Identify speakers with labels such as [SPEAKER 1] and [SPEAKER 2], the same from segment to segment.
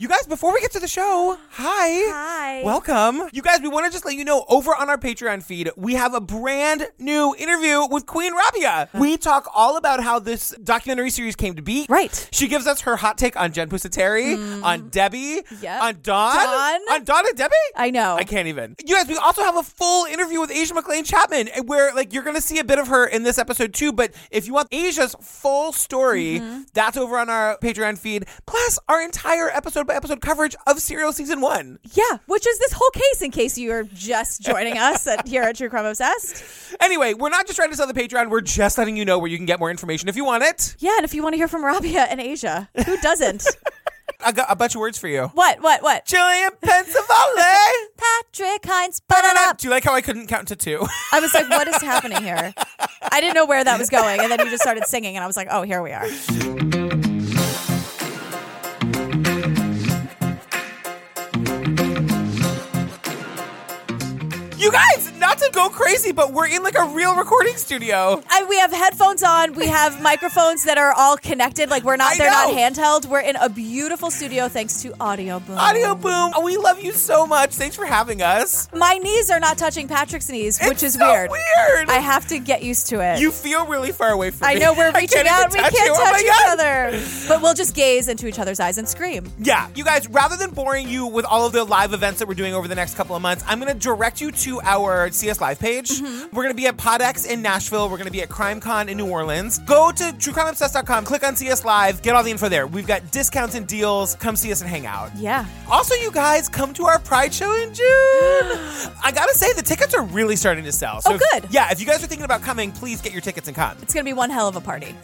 [SPEAKER 1] You guys, before we get to the show, hi.
[SPEAKER 2] Hi.
[SPEAKER 1] Welcome. You guys, we want to just let you know over on our Patreon feed, we have a brand new interview with Queen Rabia. We talk all about how this documentary series came to be.
[SPEAKER 2] Right. Mm.
[SPEAKER 1] She gives us her hot take on Jen Pusateri, on Debbie,
[SPEAKER 2] Yep.
[SPEAKER 1] on Dawn,
[SPEAKER 2] Dawn.
[SPEAKER 1] on Dawn and Debbie.
[SPEAKER 2] I know.
[SPEAKER 1] I can't even. You guys, we also have a full interview with Asia McLean Chapman eh, where like you're gonna see a bit of her in this episode too. But if you want Asia's full story,
[SPEAKER 2] Mm-hmm.
[SPEAKER 1] that's over on our Patreon feed, plus our entire episode by episode coverage of Serial Season One.
[SPEAKER 2] Yeah, which is this whole case in case you are just joining us at, here at True Crime Obsessed.
[SPEAKER 1] Anyway, we're not just trying to sell the Patreon, we're just letting you know where you can get more information if you want it.
[SPEAKER 2] Yeah, and if you want to hear from Rabia and Asia, who doesn't?
[SPEAKER 1] I got a bunch of words for you.
[SPEAKER 2] what, what, what?
[SPEAKER 1] Jillian Pensavalle!
[SPEAKER 2] Patrick Hines, but up.
[SPEAKER 1] Do you like how I couldn't count to two?
[SPEAKER 2] I was like, what is happening here? I didn't know where that was going. And then you just started singing, and I was like, oh, here we are.
[SPEAKER 1] you guys, not to go crazy, but we're in like a real recording studio.
[SPEAKER 2] I, we have headphones on. We have microphones that are all connected. Like, we're
[SPEAKER 1] I
[SPEAKER 2] not, they're not
[SPEAKER 1] know.
[SPEAKER 2] handheld. We're in a beautiful studio thanks to Audio Boom.
[SPEAKER 1] Audio Boom, we love you so much. Thanks for having us.
[SPEAKER 2] My knees are not touching Patrick's knees, which is
[SPEAKER 1] It's so
[SPEAKER 2] weird.
[SPEAKER 1] Weird.
[SPEAKER 2] I have to get used to it.
[SPEAKER 1] you feel really far away from
[SPEAKER 2] I
[SPEAKER 1] me.
[SPEAKER 2] know we're reaching
[SPEAKER 1] can't
[SPEAKER 2] out. We
[SPEAKER 1] even
[SPEAKER 2] can't touch,
[SPEAKER 1] you. Oh my
[SPEAKER 2] each
[SPEAKER 1] God.
[SPEAKER 2] other. But we'll just gaze into each other's eyes and scream.
[SPEAKER 1] Yeah, you guys, rather than boring you with all of the live events that we're doing over the next couple of months, I'm going to direct you to our CS Live page.
[SPEAKER 2] Mm-hmm.
[SPEAKER 1] We're going to be at PodX in Nashville. We're going to be at CrimeCon in New Orleans. Go to truecrimeobsessed.com, click on CS Live, get all the info there. We've got discounts and deals. Come see us and hang out.
[SPEAKER 2] Yeah.
[SPEAKER 1] Also, you guys, come to our Pride show in June. I gotta say, the tickets are really starting to sell. So
[SPEAKER 2] Oh,
[SPEAKER 1] if-
[SPEAKER 2] good.
[SPEAKER 1] yeah, if you guys are thinking about coming, please get your tickets and come.
[SPEAKER 2] It's going to be one hell of a party.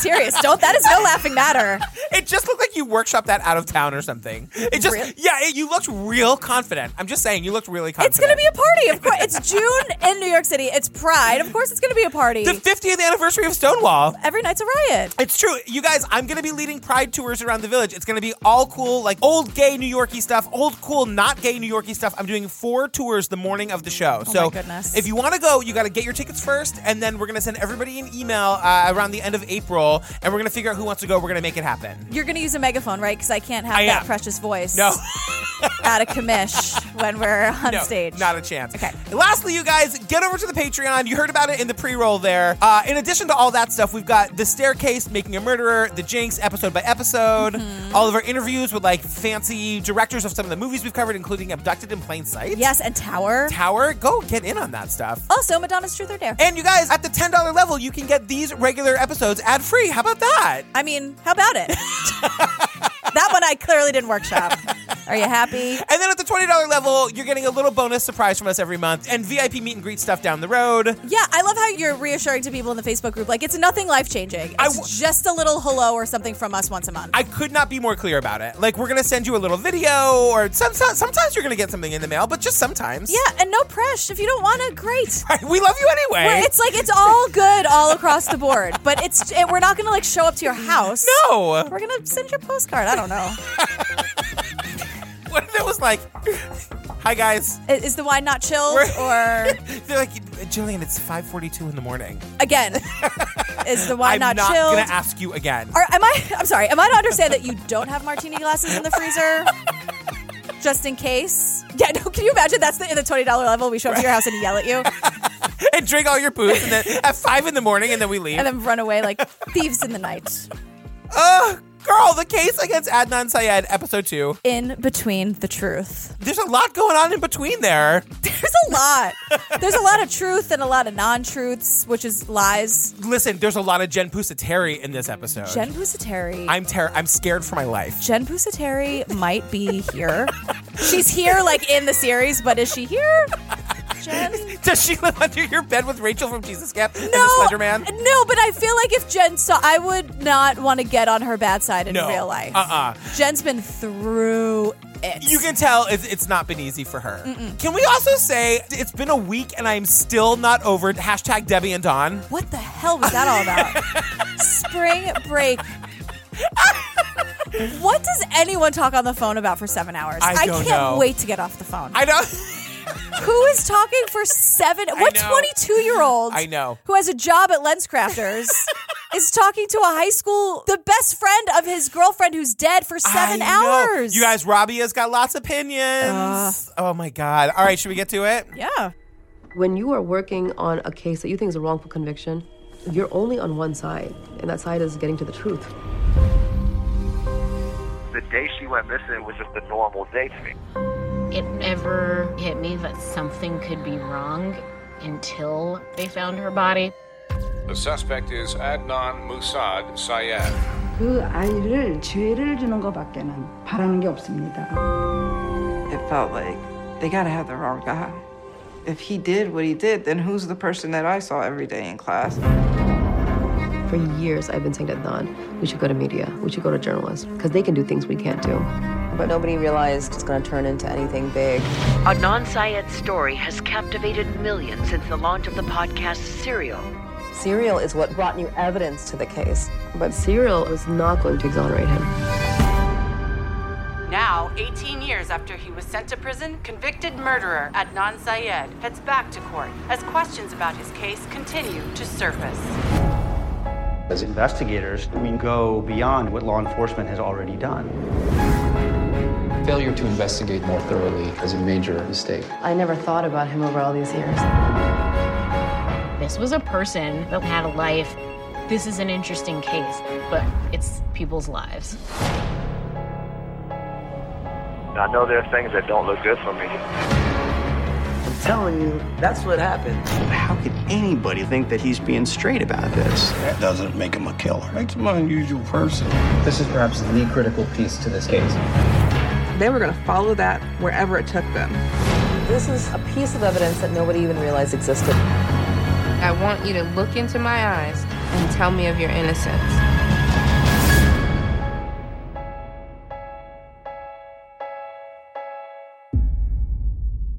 [SPEAKER 2] Serious. Don't. That is no laughing matter.
[SPEAKER 1] It just looked like you workshopped that out of town or something. It just,
[SPEAKER 2] Really?
[SPEAKER 1] yeah, it, you looked real confident. I'm just saying, you looked really confident.
[SPEAKER 2] It's going to be a party. Of course. It's June in New York City. It's Pride. Of course, it's going to be a party.
[SPEAKER 1] the 50th anniversary of Stonewall.
[SPEAKER 2] Every night's a riot.
[SPEAKER 1] It's true. You guys, I'm going to be leading pride tours around the village. It's going to be all cool, like old gay New Yorkie stuff, old cool not gay New Yorkie stuff. I'm doing four tours the morning of the show. so
[SPEAKER 2] Oh goodness.
[SPEAKER 1] if you want to go, you got to get your tickets first, and then we're going to send everybody an email uh, around the end of April, and we're going to figure out who wants to go. We're going to make it happen.
[SPEAKER 2] You're going to use a megaphone, right? Because I can't have
[SPEAKER 1] I
[SPEAKER 2] that
[SPEAKER 1] am.
[SPEAKER 2] precious voice.
[SPEAKER 1] No.
[SPEAKER 2] Out of commish when we're on
[SPEAKER 1] No,
[SPEAKER 2] stage.
[SPEAKER 1] Not a chance.
[SPEAKER 2] Okay.
[SPEAKER 1] And lastly, you guys, get over to the Patreon. You heard about it in the pre-roll there. Uh, in addition to all that stuff, we've got the staircase, making a murderer, the Jinx, episode by episode,
[SPEAKER 2] Mm-hmm.
[SPEAKER 1] all of our interviews with like fancy directors of some of the movies we've covered, including Abducted in Plain Sight.
[SPEAKER 2] yes, and Tower.
[SPEAKER 1] Tower. Go get in on that stuff.
[SPEAKER 2] also, Madonna's Truth or Dare.
[SPEAKER 1] And you guys, at the ten dollar level, you can get these regular episodes ad free. How about that?
[SPEAKER 2] I mean, how about it? that one I clearly didn't workshop. Are you happy?
[SPEAKER 1] And then at the $20 level, you're getting a little bonus surprise from us every month and VIP meet and greet stuff down the road.
[SPEAKER 2] Yeah, I love how you're reassuring to people in the Facebook group. Like, it's nothing life changing. It's
[SPEAKER 1] I w-
[SPEAKER 2] just a little hello or something from us once a month.
[SPEAKER 1] I could not be more clear about it. Like we're gonna send you a little video, or some, some- sometimes you're gonna get something in the mail, but just sometimes.
[SPEAKER 2] yeah, and no press. If you don't want to, great.
[SPEAKER 1] we love you anyway.
[SPEAKER 2] We're- It's like it's all good all across the board, but it's it, we're not gonna like show up to your house.
[SPEAKER 1] no,
[SPEAKER 2] we're gonna send you a postcard. I don't know.
[SPEAKER 1] what if it was like, hi guys.
[SPEAKER 2] I- Is the wine not chilled
[SPEAKER 1] We're-
[SPEAKER 2] or
[SPEAKER 1] They're like, Jillian, it's 5:42 in the morning.
[SPEAKER 2] again? Is the wine not,
[SPEAKER 1] I'm not
[SPEAKER 2] chilled?
[SPEAKER 1] gonna ask you again.
[SPEAKER 2] Are, am I? I'm sorry. Am I to understand that you don't have martini glasses in the freezer, just in case? Yeah. No. Can you imagine? That's the, in the twenty dollar level. We show up to your house and yell at you,
[SPEAKER 1] and drink all your booze, and then at five in the morning, and then we leave.
[SPEAKER 2] and then run away like thieves in the night.
[SPEAKER 1] Ugh, girl, the case against Adnan Syed, episode two.
[SPEAKER 2] In between the truth,
[SPEAKER 1] There's a lot going on in between there.
[SPEAKER 2] there's a lot. There's a lot of truth and a lot of non-truths, which is lies.
[SPEAKER 1] Listen, there's a lot of Jen Pusateri in this episode.
[SPEAKER 2] Jen Pusateri.
[SPEAKER 1] I'm ter- I'm scared for my life.
[SPEAKER 2] Jen Pusateri might be here. She's here, like in the series, but is she here? Jen.
[SPEAKER 1] Does she live under your bed with Rachel from Jesus Camp and
[SPEAKER 2] No,
[SPEAKER 1] the Slender Man?
[SPEAKER 2] No, but I feel like if Jen saw, I would not want to get on her bad side in
[SPEAKER 1] No.
[SPEAKER 2] real life.
[SPEAKER 1] Uh-uh.
[SPEAKER 2] Jen's been through it.
[SPEAKER 1] You can tell it's, it's not been easy for her. Can we also say it's been a week and I'm still not over hashtag Debbie and Don?
[SPEAKER 2] what the hell was that all about? Spring break. what does anyone talk on the phone about for seven hours?
[SPEAKER 1] I don't
[SPEAKER 2] can't
[SPEAKER 1] know.
[SPEAKER 2] wait to get off the phone.
[SPEAKER 1] I know.
[SPEAKER 2] who is talking for seven? What
[SPEAKER 1] know.
[SPEAKER 2] twenty-two year old?
[SPEAKER 1] I know.
[SPEAKER 2] Who has a job at Lens Crafters is talking to a high school, the best friend of his girlfriend who's dead for seven
[SPEAKER 1] I know.
[SPEAKER 2] hours.
[SPEAKER 1] You guys, Robbie has got lots of
[SPEAKER 2] Uh,
[SPEAKER 1] opinions. oh my God. All right, should we get to it?
[SPEAKER 2] yeah.
[SPEAKER 3] When you are working on a case that you think is a wrongful conviction, you're only on one side, and that side is getting to the truth.
[SPEAKER 4] the day she went missing was just a normal day to me.
[SPEAKER 5] It never hit me that something could be wrong until they found her body.
[SPEAKER 6] The suspect is Adnan Musad Syed.
[SPEAKER 7] 그 아이를 죄를 주는 것밖에는 바라는 게 없습니다.
[SPEAKER 8] it felt like they gotta have the wrong guy. If he did what he did, then who's the person that I saw every day in class?
[SPEAKER 3] For years, I've been saying to Adnan, we should go to media, we should go to journalists, because they can do things we can't do. But nobody realized it's going to turn into anything big.
[SPEAKER 9] Adnan Syed's story has captivated millions since the launch of the podcast Serial.
[SPEAKER 3] Serial is what brought new evidence to the case. But Serial was not going to exonerate him.
[SPEAKER 10] Now, 18 years after he was sent to prison, convicted murderer Adnan Syed heads back to court as questions about his case continue to surface.
[SPEAKER 11] As investigators, we go beyond what law enforcement has already done.
[SPEAKER 12] Failure to investigate more thoroughly is a major mistake.
[SPEAKER 3] I never thought about him over all these years.
[SPEAKER 5] This was a person that had a life. This is an interesting case, but it's people's lives.
[SPEAKER 4] And I know there are things that don't look good for me.
[SPEAKER 8] I'm telling you, that's what happened.
[SPEAKER 11] How could anybody think that he's being straight about this?
[SPEAKER 6] That doesn't make him a killer. Makes him an unusual person.
[SPEAKER 12] This is perhaps the critical piece to this case.
[SPEAKER 8] They were gonna follow that wherever it took them.
[SPEAKER 3] This is a piece of evidence that nobody even realized existed.
[SPEAKER 8] I want you to look into my eyes and tell me of your innocence.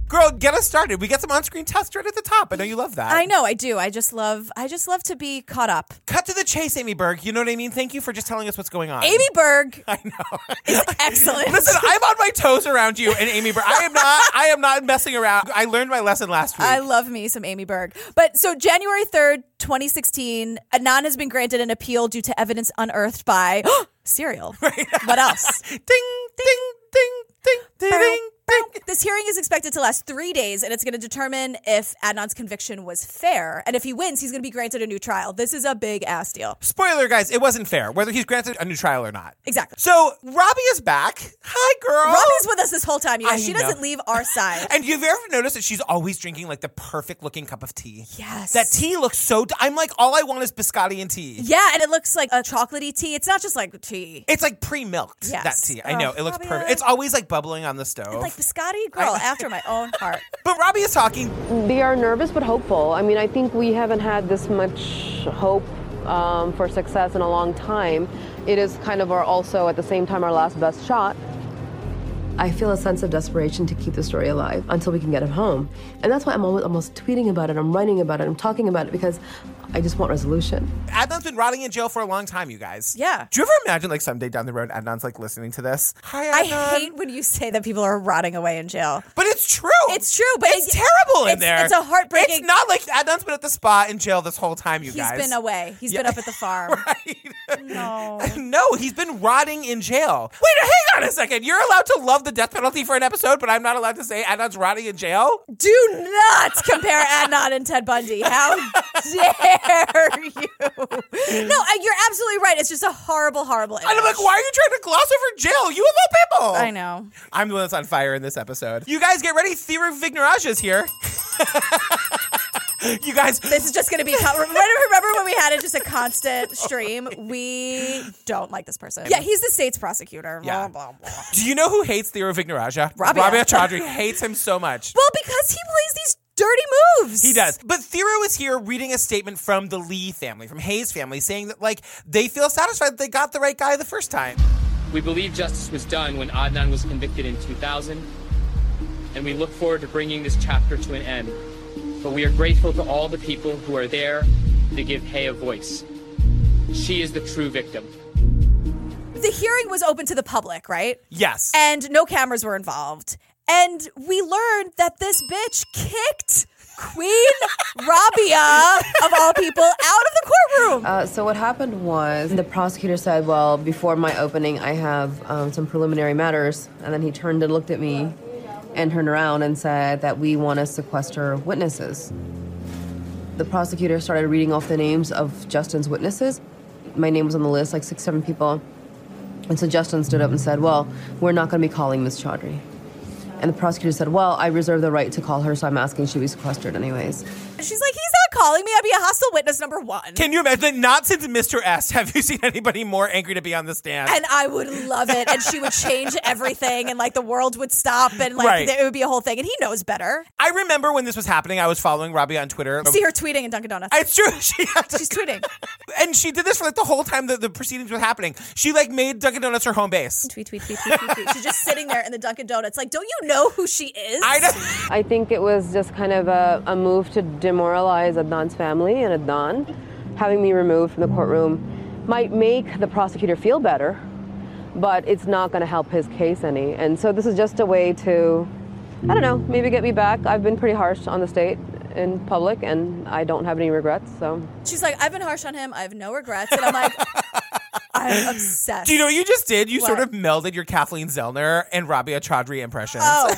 [SPEAKER 1] Girl, get us started. We got some on screen tests right at the top. I know you love that.
[SPEAKER 2] I know I do. I just love I just love to be caught up.
[SPEAKER 1] Cut to the chase, Amy Berg. You know what I mean? Thank you for just telling us what's going on.
[SPEAKER 2] Amy Berg
[SPEAKER 1] I know.
[SPEAKER 2] is excellent.
[SPEAKER 1] Listen, I'm on my toes around you and Amy Berg. I am not I am not messing around. I learned my lesson last week.
[SPEAKER 2] I love me some Amy Berg. But so January 3rd, 2016, Anand has been granted an appeal due to evidence unearthed by serial. What else?
[SPEAKER 1] ding, ding, ding, ding, ding, ding, ding.
[SPEAKER 2] This hearing is expected to last three days, and it's going to determine if Adnan's conviction was fair. And if he wins, he's going to be granted a new trial. This is a big ass deal.
[SPEAKER 1] Spoiler, guys, it wasn't fair, whether he's granted a new trial or not.
[SPEAKER 2] Exactly.
[SPEAKER 1] So Robbie is back. Hi, girl.
[SPEAKER 2] Robbie's with us this whole time, you
[SPEAKER 1] I
[SPEAKER 2] guys. She
[SPEAKER 1] know.
[SPEAKER 2] doesn't leave our side.
[SPEAKER 1] And you've ever noticed that she's always drinking like the perfect looking cup of tea?
[SPEAKER 2] Yes.
[SPEAKER 1] That tea looks so. i I'm like, all I want is biscotti and tea.
[SPEAKER 2] yeah, and it looks like a chocolatey tea. It's not just like tea.
[SPEAKER 1] It's like pre milked,
[SPEAKER 2] Yes.
[SPEAKER 1] that tea. I
[SPEAKER 2] Oh,
[SPEAKER 1] know. It looks perfect.
[SPEAKER 2] Fabio.
[SPEAKER 1] It's always like bubbling on the stove.
[SPEAKER 2] Like biscotti, girl, after my own heart.
[SPEAKER 1] but Robbie is talking.
[SPEAKER 3] They are nervous but hopeful. I mean, I think we haven't had this much hope um, for success in a long time. It is kind of our also at the same time our last best shot. I feel a sense of desperation to keep the story alive until we can get him home. And that's why I'm almost, almost tweeting about it, I'm writing about it, I'm talking about it because I just want resolution.
[SPEAKER 1] Adnan's been rotting in jail for a long time, you guys.
[SPEAKER 2] Yeah.
[SPEAKER 1] Do you ever imagine, like, someday down the road, Adnan's like listening to this? Hi,
[SPEAKER 2] I
[SPEAKER 1] Adnan.
[SPEAKER 2] hate when you say that people are rotting away in jail.
[SPEAKER 1] But it's true.
[SPEAKER 2] It's true, but
[SPEAKER 1] it's
[SPEAKER 2] it-
[SPEAKER 1] terrible in
[SPEAKER 2] it's-
[SPEAKER 1] there.
[SPEAKER 2] it's a heartbreaking-
[SPEAKER 1] It's not like Adnan's been at the spa in jail this whole time, you
[SPEAKER 2] He's
[SPEAKER 1] guys.
[SPEAKER 2] been away. He's been
[SPEAKER 1] Yeah.
[SPEAKER 2] up at the farm. No.
[SPEAKER 1] No, he's been rotting in jail. Wait, hang on a second. You're allowed to love the death penalty for an episode, but I'm not allowed to say Adnan's rotting in jail?
[SPEAKER 2] Do not compare Adnan and Ted Bundy. How dare you? No, I- you're absolutely right. It's just a horrible, horrible.
[SPEAKER 1] And I'm like, why are you trying to gloss over jail? You of all people.
[SPEAKER 2] I know.
[SPEAKER 1] I'm the one that's on fire in this episode. You guys get ready. Theory of Vignerage is here. you guys,
[SPEAKER 2] This is just going to be. Con- remember, remember when we had it just a constant stream? We don't like this person. Yeah, he's the state's prosecutor.
[SPEAKER 1] Yeah.
[SPEAKER 2] Blah, blah, blah.
[SPEAKER 1] do you know who hates Theory of Vignerage?
[SPEAKER 2] Rabia.
[SPEAKER 1] Chaudhry hates him so much.
[SPEAKER 2] Well, because he plays these dirty moves.
[SPEAKER 1] He does. But Thero is here reading a statement from the Lee family, from Hayes family, saying that, like, they feel satisfied that they got the right guy the first time.
[SPEAKER 12] We believe justice was done when Adnan was convicted in 2000, and we look forward to bringing this chapter to an end. But we are grateful to all the people who are there to give Hay a voice. She is the true victim.
[SPEAKER 2] The hearing was open to the public, right?
[SPEAKER 1] Yes.
[SPEAKER 2] and no cameras were involved. And we learned that this bitch kicked Queen Rabia, of all people, out of the courtroom.
[SPEAKER 3] Uh, so what happened was the prosecutor said, "Well, before my opening, I have um, some preliminary matters," and then he turned and looked at me, and turned around and said that we want to sequester witnesses. The prosecutor started reading off the names of Justin's witnesses. My name was on the list, like six, seven people. And so Justin stood up and said, Well, we're not going to be calling Ms. Chaudhry. And the prosecutor said, Well, I reserve the right to call her, so I'm asking she be sequestered anyways.
[SPEAKER 2] She's like, he's not calling me. I'd be a hostile witness number one.
[SPEAKER 1] Can you imagine? Not since Mr. S have you seen anybody more angry to be on the stand.
[SPEAKER 2] And I would love it. And she would change everything, and like the world would stop, and like
[SPEAKER 1] Right.
[SPEAKER 2] it would be a whole thing. And he knows better.
[SPEAKER 1] I remember when this was happening, I was following Robbie on Twitter.
[SPEAKER 2] See her tweeting in Dunkin' Donuts.
[SPEAKER 1] It's true. She had
[SPEAKER 2] She's tweeting.
[SPEAKER 1] And she did this for like the whole time that the proceedings were happening. She like made Dunkin' Donuts her home base.
[SPEAKER 2] Tweet, tweet, tweet, tweet, tweet, tweet. She's just sitting there in the Dunkin' Donuts. Like, don't you know who she is? I
[SPEAKER 1] know.
[SPEAKER 3] I think it was just kind of a, a move to demoralize Adnan's family and Adnan having me removed from the courtroom might make the prosecutor feel better, but it's not going to help his case any. And so this is just a way to, I don't know, maybe get me back. I've been pretty harsh on the state in public, and I don't have any regrets. So
[SPEAKER 2] She's like, I've been harsh on him. I have no regrets. And I'm like, I'm obsessed.
[SPEAKER 1] Do you know what you just did? You sort
[SPEAKER 2] What?
[SPEAKER 1] of melded your Kathleen Zellner and Rabia Chaudhry impressions.
[SPEAKER 2] Oh,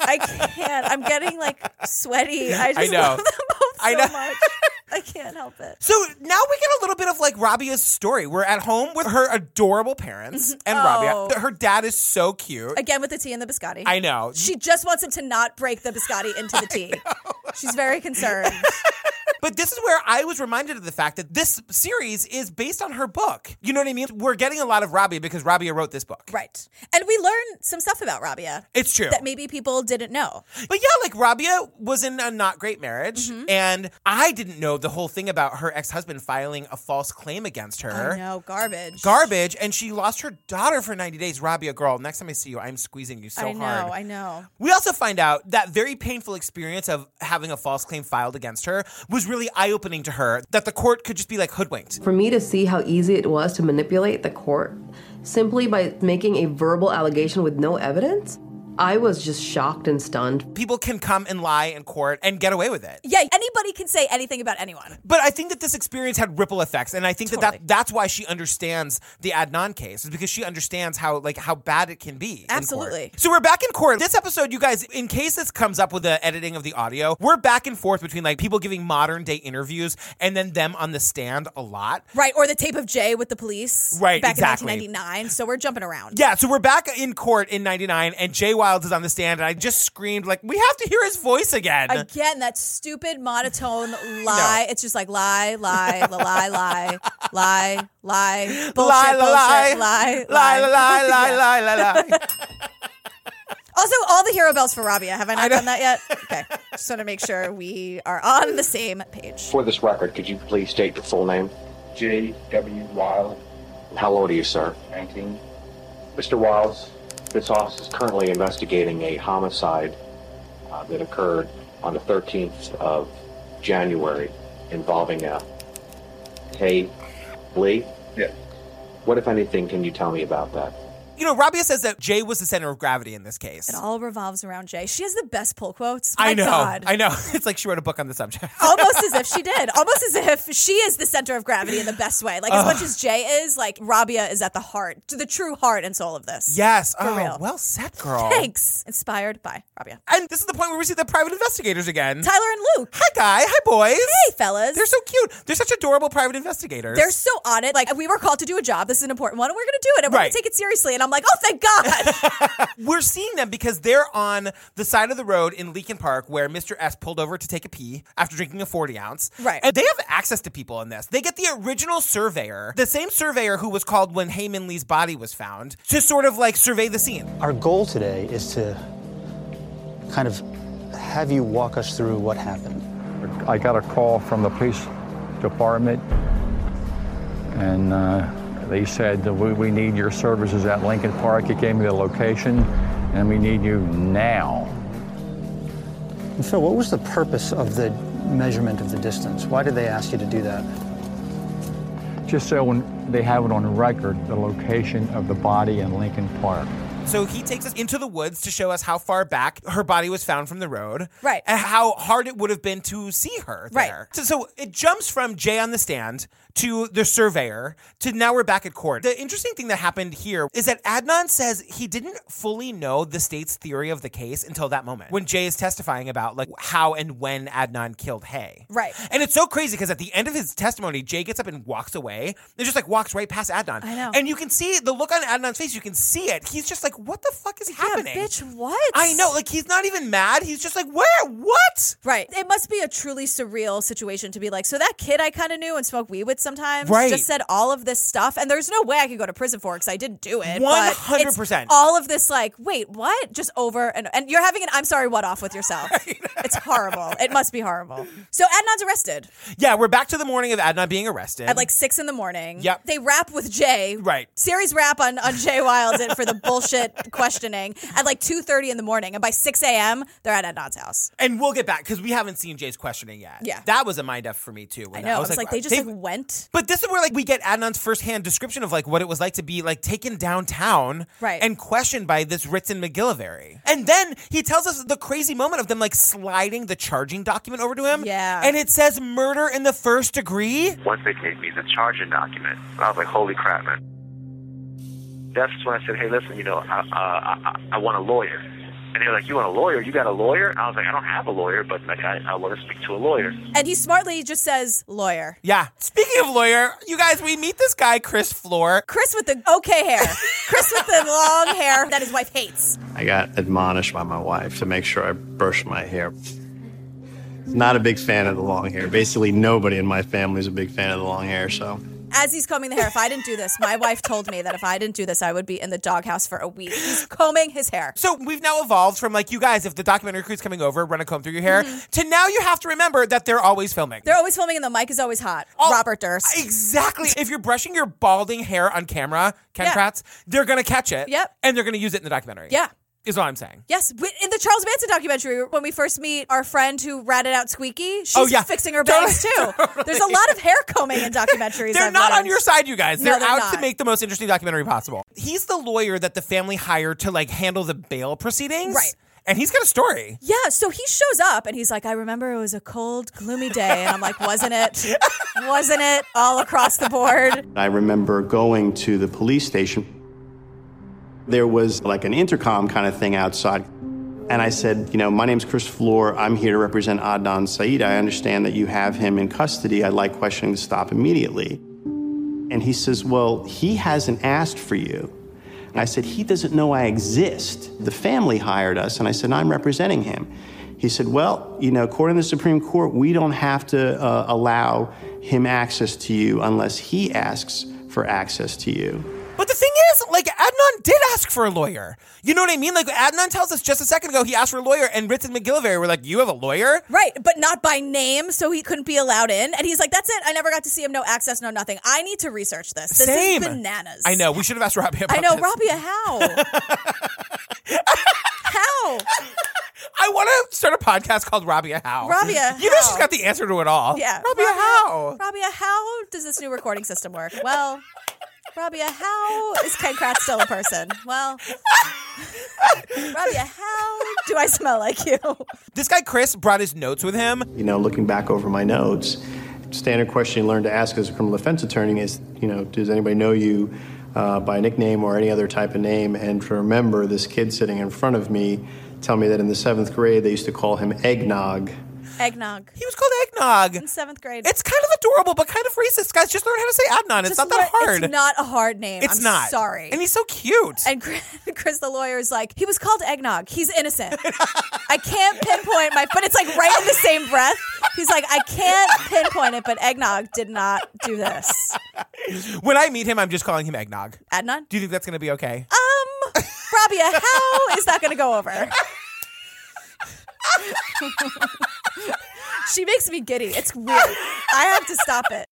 [SPEAKER 2] I can't. I'm getting like sweaty. I just
[SPEAKER 1] I know.
[SPEAKER 2] love them both so
[SPEAKER 1] I know.
[SPEAKER 2] much. I can't help it.
[SPEAKER 1] So now we get a little bit of like Rabia's story. We're at home with her adorable parents
[SPEAKER 2] Mhm.
[SPEAKER 1] and
[SPEAKER 2] Oh.
[SPEAKER 1] Rabia. Her dad is so cute.
[SPEAKER 2] Again with the tea and the biscotti.
[SPEAKER 1] I know.
[SPEAKER 2] She just wants him to not break the biscotti into the tea. She's very concerned.
[SPEAKER 1] But this is where I was reminded of the fact that this series is based on her book. You know what I mean? We're getting a lot of Rabia because Rabia wrote this book.
[SPEAKER 2] Right. And we learn some stuff about Rabia.
[SPEAKER 1] It's true.
[SPEAKER 2] That maybe people didn't know.
[SPEAKER 1] But yeah, like Rabia was in a not great marriage,
[SPEAKER 2] Mm-hmm.
[SPEAKER 1] and I didn't know the whole thing about her ex husband filing a false claim against her.
[SPEAKER 2] I know, garbage.
[SPEAKER 1] Garbage, and she lost her daughter for 90 days. Rabia, girl, next time I see you, I'm squeezing you so
[SPEAKER 2] I know,
[SPEAKER 1] hard.
[SPEAKER 2] I know.
[SPEAKER 1] We also find out that very painful experience of having a false claim filed against her was really eye opening to her, that the court could just be like hoodwinked.
[SPEAKER 3] for me to see how easy it was to manipulate the court simply by making a verbal allegation with no evidence, I was just shocked and stunned.
[SPEAKER 1] People can come and lie in court and get away with it.
[SPEAKER 2] Yeah, anybody can say anything about anyone.
[SPEAKER 1] But I think that this experience had ripple effects, and I think that, that that's why she understands the Adnan case is because she understands how like how bad it can be. in court.
[SPEAKER 2] Absolutely.
[SPEAKER 1] So we're back in court. This episode, you guys, in case this comes up with the editing of the audio, we're back and forth between like people giving modern day interviews and then them on the stand a lot.
[SPEAKER 2] Right, or the tape of Jay with the police
[SPEAKER 1] Right,
[SPEAKER 2] back
[SPEAKER 1] exactly.
[SPEAKER 2] in 1999. So we're jumping around.
[SPEAKER 1] Yeah, so we're back in court in '99, and Jay Wilds is on the stand, and I just screamed like, "We have to hear his voice again."
[SPEAKER 2] Again, that stupid monotone lie. It's just like lie, lie, la- lie, lie, lie, lie, bullshit,
[SPEAKER 1] Lie,
[SPEAKER 2] bullshit,
[SPEAKER 1] lie,
[SPEAKER 2] lie,
[SPEAKER 1] lie, lie, lie,
[SPEAKER 2] Yeah.
[SPEAKER 1] lie, lie, lie.
[SPEAKER 2] Also, all the hero bells for Rabia. Have I not done that yet? Okay. Just want to make sure we are on the same page.
[SPEAKER 13] For this record, could you please state your full name? J.W. Wild. How old are you, sir? 19. Mr. Wilds, this office is currently investigating a homicide uh, that occurred on the 13th of January involving a Kay Lee. Yeah. What, if anything, can you tell me about that?
[SPEAKER 1] You know, Rabia says that Jay was the center of gravity in this case.
[SPEAKER 2] It all revolves around Jay. She has the best pull quotes. My
[SPEAKER 1] I know.
[SPEAKER 2] God.
[SPEAKER 1] I know. It's like she wrote a book on the subject.
[SPEAKER 2] Almost as if she did. Almost as if she is the center of gravity in the best way. Like, as
[SPEAKER 1] Ugh.
[SPEAKER 2] much as Jay is, like, Rabia is at the heart, to the true heart and soul of this.
[SPEAKER 1] Yes.
[SPEAKER 2] For
[SPEAKER 1] oh,
[SPEAKER 2] real.
[SPEAKER 1] well said, girl.
[SPEAKER 2] Thanks. Inspired by Rabia.
[SPEAKER 1] And this is the point where we see the private investigators again.
[SPEAKER 2] Tyler and Luke.
[SPEAKER 1] Hi, guy. Hi, boys. Hey,
[SPEAKER 2] fellas.
[SPEAKER 1] They're so cute. They're such adorable private investigators.
[SPEAKER 2] They're so on it. Like, we were called to do a job. This is an important one, and we're going to do it, and we're
[SPEAKER 1] Right.
[SPEAKER 2] going to take it seriously. And I'm like, oh, thank God.
[SPEAKER 1] We're seeing them because they're on the side of the road in Lincoln Park where Mr. S pulled over to take a pee after drinking a 40 ounce.
[SPEAKER 2] Right.
[SPEAKER 1] And they have access to people in this. They get the original surveyor, the same surveyor who was called when Heyman Lee's body was found, to sort of like survey the scene.
[SPEAKER 11] Our goal today is to kind of have you walk us through what happened.
[SPEAKER 14] I got a call from the police department, and uh, they said, that we, we need your services at Lincoln Park. It gave me the location, and we need you now.
[SPEAKER 11] And Phil, what was the purpose of the measurement of the distance? Why did they ask you to do that?
[SPEAKER 14] Just so when they have it on record, the location of the body in Lincoln Park.
[SPEAKER 1] So he takes us into the woods to show us how far back her body was found from the road.
[SPEAKER 2] Right.
[SPEAKER 1] And how hard it would have been to see her there. Right. So, so it jumps from Jay on the stand to the surveyor to now we're back at court. The interesting thing that happened here is that Adnan says he didn't fully know the state's theory of the case until that moment when Jay is testifying about like how and when Adnan killed Hay.
[SPEAKER 2] Right.
[SPEAKER 1] And it's so crazy because at the end of his testimony, Jay gets up and walks away and just like walks right past Adnan.
[SPEAKER 2] I know.
[SPEAKER 1] And you can see the look on Adnan's face. You can see it. He's just like, what the fuck is happening?
[SPEAKER 2] bitch, what?
[SPEAKER 1] I know. Like, he's not even mad. He's just like, where? What?
[SPEAKER 2] Right. It must be a truly surreal situation to be like, so that kid I kind of knew and smoked weed with sometimes
[SPEAKER 1] Right.
[SPEAKER 2] just said all of this stuff, and there's no way I could go to prison for it because I didn't do it. but it's
[SPEAKER 1] 100%.
[SPEAKER 2] All of this, like, wait, what? Just over and and you're having an I'm sorry, what off with yourself. It's horrible. It must be horrible. So Adnan's arrested
[SPEAKER 1] Yeah, we're back to the morning of Adnan being arrested.
[SPEAKER 2] at like six in the morning.
[SPEAKER 1] Yep.
[SPEAKER 2] They rap with Jay.
[SPEAKER 1] Right.
[SPEAKER 2] Series rap on, on Jay Wiles and for the bullshit questioning at like two thirty in the morning, and by six a.m. they're at Adnan's house.
[SPEAKER 1] And we'll get back because we haven't seen Jay's questioning yet.
[SPEAKER 2] Yeah.
[SPEAKER 1] That was a mind F for me too. when
[SPEAKER 2] I
[SPEAKER 1] that-
[SPEAKER 2] know. I was, like, they just
[SPEAKER 1] they-
[SPEAKER 2] like went.
[SPEAKER 1] But this is where like we get Adnan's firsthand description of like what it was like to be like taken downtown
[SPEAKER 2] Right.
[SPEAKER 1] and questioned by this Ritz and McGillivary. And then he tells us the crazy moment of them like sliding the charging document over to him.
[SPEAKER 2] Yeah.
[SPEAKER 1] And it says murder in the first degree.
[SPEAKER 4] Once they gave me the charging document, I was like, holy crap, man. That's when I said, hey, listen, you know, I, uh, I, I want a lawyer. And they were like, you want a lawyer? You got a lawyer? I was like, I don't have a lawyer, but like, I, I want to speak to a lawyer.
[SPEAKER 2] And he smartly just says, lawyer.
[SPEAKER 1] Yeah. Speaking of lawyer, you guys, we meet this guy, Chris Floor.
[SPEAKER 2] Chris with the okay hair. Chris with the long hair that his wife hates.
[SPEAKER 15] I got admonished by my wife to make sure I brushed my hair. Not a big fan of the long hair. Basically, nobody in my family is a big fan of the long hair. So,
[SPEAKER 2] As he's combing the hair, if I didn't do this, my wife told me that if I didn't do this, I would be in the doghouse for a week. He's combing his hair.
[SPEAKER 1] So we've now evolved from like you guys, if the documentary crew's coming over, run a comb through your hair,
[SPEAKER 2] Mm-hmm.
[SPEAKER 1] to now you have to remember that they're always filming.
[SPEAKER 2] They're always filming and the mic is always hot. Robert Durst.
[SPEAKER 1] Exactly. If you're brushing your balding hair on camera, Ken
[SPEAKER 2] Yeah.
[SPEAKER 1] Kratz, they're gonna catch it.
[SPEAKER 2] Yep.
[SPEAKER 1] And they're gonna use it in the documentary.
[SPEAKER 2] Yeah.
[SPEAKER 1] Is what I'm saying.
[SPEAKER 2] Yes, wi- in the Charles Manson documentary, when we first meet our friend who ratted out Squeaky, she's
[SPEAKER 1] Oh, yeah.
[SPEAKER 2] fixing her bangs too. There's a lot of hair combing in documentaries.
[SPEAKER 1] They're
[SPEAKER 2] I've
[SPEAKER 1] not on
[SPEAKER 2] learned.
[SPEAKER 1] your side, you guys.
[SPEAKER 2] No,
[SPEAKER 1] They're,
[SPEAKER 2] they're
[SPEAKER 1] out to
[SPEAKER 2] not.
[SPEAKER 1] make the most interesting documentary possible. He's the lawyer that the family hired to like handle the bail proceedings.
[SPEAKER 2] Right.
[SPEAKER 1] And he's got a story.
[SPEAKER 2] Yeah, so he shows up and he's like, I remember it was a cold, gloomy day. And I'm like, wasn't it? Wasn't it all across the board?
[SPEAKER 15] I remember going to the police station. There was like an intercom kind of thing outside. And I said, You know, my name's Chris Floor. I'm here to represent Adnan Saeed. I understand that you have him in custody. I'd like questioning to stop immediately. And he says, Well, he hasn't asked for you. And I said, He doesn't know I exist. The family hired us. And I said, I'm representing him. He said, Well, you know, according to the Supreme Court, we don't have to uh, allow him access to you unless he asks for access to you.
[SPEAKER 1] But the thing is, like, Adnan did ask for a lawyer. You know what I mean? Like, Adnan tells us just a second ago he asked for a lawyer, and Ritz and McGillivray were like, You have a lawyer?
[SPEAKER 2] Right, but not by name, so he couldn't be allowed in. And he's like, that's it. I never got to see him. No access, no nothing. I need to research this. This
[SPEAKER 1] Same.
[SPEAKER 2] is bananas.
[SPEAKER 1] I know. We should have asked Robbie about
[SPEAKER 2] I know,
[SPEAKER 1] this.
[SPEAKER 2] Robbie, how? how?
[SPEAKER 1] I want to start a podcast called Robbia How.
[SPEAKER 2] Robbia
[SPEAKER 1] You know
[SPEAKER 2] How.
[SPEAKER 1] she's got the answer to it all.
[SPEAKER 2] Yeah.
[SPEAKER 1] Robbia How.
[SPEAKER 2] Robbia, how does this new recording system work? Well, Robbia, how is Ken Kratz still a person? Well, Robbia, how do I smell like you?
[SPEAKER 1] This guy Chris brought his notes with him.
[SPEAKER 15] You know, looking back over my notes, standard question you learn to ask as a criminal defense attorney is, you know, does anybody know you uh, by nickname or any other type of name? And to remember this kid sitting in front of me tell me that in the seventh grade they used to call him eggnog.
[SPEAKER 2] Eggnog.
[SPEAKER 1] He was called Eggnog.
[SPEAKER 2] In seventh grade.
[SPEAKER 1] It's kind of adorable, but kind of racist. Guys, just learn how to say Adnan. It's
[SPEAKER 2] Just
[SPEAKER 1] not that
[SPEAKER 2] lear-
[SPEAKER 1] hard.
[SPEAKER 2] It's not a hard name.
[SPEAKER 1] It's
[SPEAKER 2] I'm
[SPEAKER 1] not.
[SPEAKER 2] Sorry.
[SPEAKER 1] And he's so cute.
[SPEAKER 2] And Chris, Chris the lawyer is like, he was called eggnog. He's innocent. I can't pinpoint my, but it's like right in the same breath. He's like, I can't pinpoint it, but eggnog did not do this.
[SPEAKER 1] When I meet him, I'm just calling him Eggnog.
[SPEAKER 2] Adnan?
[SPEAKER 1] Do you think that's going to be okay?
[SPEAKER 2] Um, Rabia, how is that going to go over? she makes me giddy. It's weird. I have to stop it.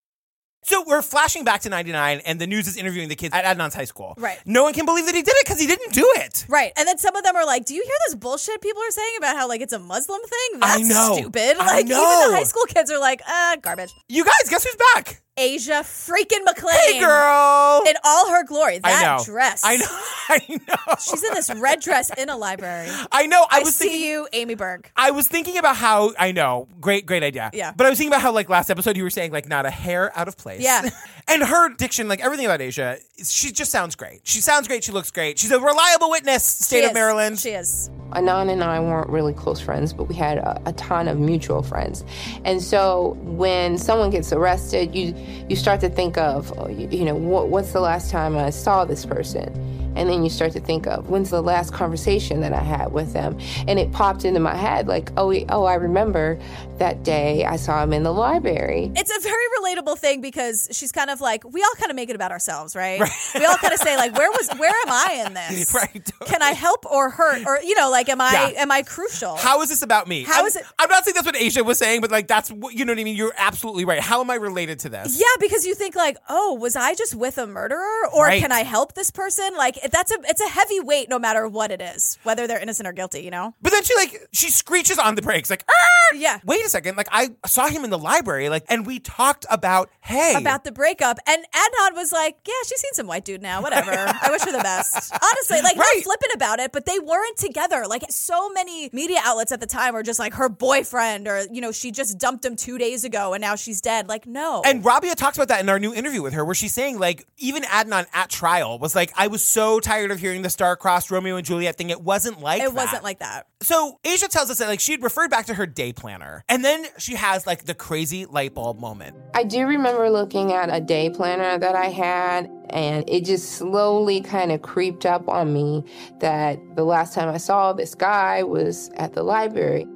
[SPEAKER 1] So we're flashing back to 99, and the news is interviewing the kids at Adnan's high school.
[SPEAKER 2] Right.
[SPEAKER 1] No one can believe that he did it because he didn't do it.
[SPEAKER 2] Right. And then some of them are like, Do you hear this bullshit people are saying about how like it's a Muslim thing?
[SPEAKER 1] I
[SPEAKER 2] That's
[SPEAKER 1] know.
[SPEAKER 2] stupid.
[SPEAKER 1] I
[SPEAKER 2] Like
[SPEAKER 1] know.
[SPEAKER 2] even the high school kids are like, uh, garbage.
[SPEAKER 1] You guys, guess who's back?
[SPEAKER 2] Asia freaking McLean.
[SPEAKER 1] Hey, girl.
[SPEAKER 2] In all her glory.
[SPEAKER 1] I
[SPEAKER 2] That
[SPEAKER 1] know.
[SPEAKER 2] dress.
[SPEAKER 1] I know. I know.
[SPEAKER 2] She's in this red dress in a library.
[SPEAKER 1] I know. I,
[SPEAKER 2] I
[SPEAKER 1] was
[SPEAKER 2] see
[SPEAKER 1] thinking.
[SPEAKER 2] you, Amy Berg.
[SPEAKER 1] I was thinking about how I know. Great, great idea.
[SPEAKER 2] Yeah.
[SPEAKER 1] But I was thinking about how like last episode you were saying like not a hair out of place.
[SPEAKER 2] Yeah.
[SPEAKER 1] and her diction, like everything about Asia, she just sounds great. She sounds great. She looks great. She's a reliable witness. State of Maryland.
[SPEAKER 2] She is.
[SPEAKER 16] Anand and I weren't really close friends, but we had a, a ton of mutual friends. And so when someone gets arrested, you you start to think of, oh, you, you know, what, what's the last time I saw this person? And then you start to think of when's the last conversation that I had with them? And it popped into my head like, oh, we- oh, I remember that day I saw him in the library.
[SPEAKER 2] It's a very relatable thing because she's kind of like we all kind of make it about ourselves, right? We all kind of say like, where was, where am I in this?
[SPEAKER 1] Right.
[SPEAKER 2] Can I help or hurt or you know, like, am I
[SPEAKER 1] Yeah.
[SPEAKER 2] am I crucial?
[SPEAKER 1] How is this about me?
[SPEAKER 2] How
[SPEAKER 1] I'm,
[SPEAKER 2] is it-
[SPEAKER 1] I'm not saying that's what Asia was saying, but like that's what you know what I mean. You're absolutely right. How am I related to this?
[SPEAKER 2] Yeah, because you think like, oh, was I just with a murderer, or
[SPEAKER 1] Right.
[SPEAKER 2] can I help this person? Like, it- that's a it's a heavy weight, no matter what it is, whether they're innocent or guilty. You know?
[SPEAKER 1] But then she like she screeches on the brakes like, "Arr!"
[SPEAKER 2] yeah.
[SPEAKER 1] Wait a second, like I saw him in the library, like, and we talked about hey,
[SPEAKER 2] About the breakup, and Adnan was like, "Yeah, she's seen some white dude now. Whatever. I wish her the best. Honestly, like,
[SPEAKER 1] Right.
[SPEAKER 2] not flippant about it, but they weren't together. Like, so many media outlets at the time were just like, her boyfriend, or you know, she just dumped him two days ago, and now she's dead. Like, no.
[SPEAKER 1] And Rabia talks about that in our new interview with her, where she's saying, like, even Adnan at trial was like, I was so tired of hearing the star-crossed Romeo and Juliet thing. It wasn't like
[SPEAKER 2] it
[SPEAKER 1] that.
[SPEAKER 2] wasn't like that.
[SPEAKER 1] So Asia tells us that like she had referred back to her day planner, and then she has like the crazy light bulb moment.
[SPEAKER 16] I do remember looking at a day planner that I had, and it just slowly kind of creeped up on me that the last time I saw this guy was at the library.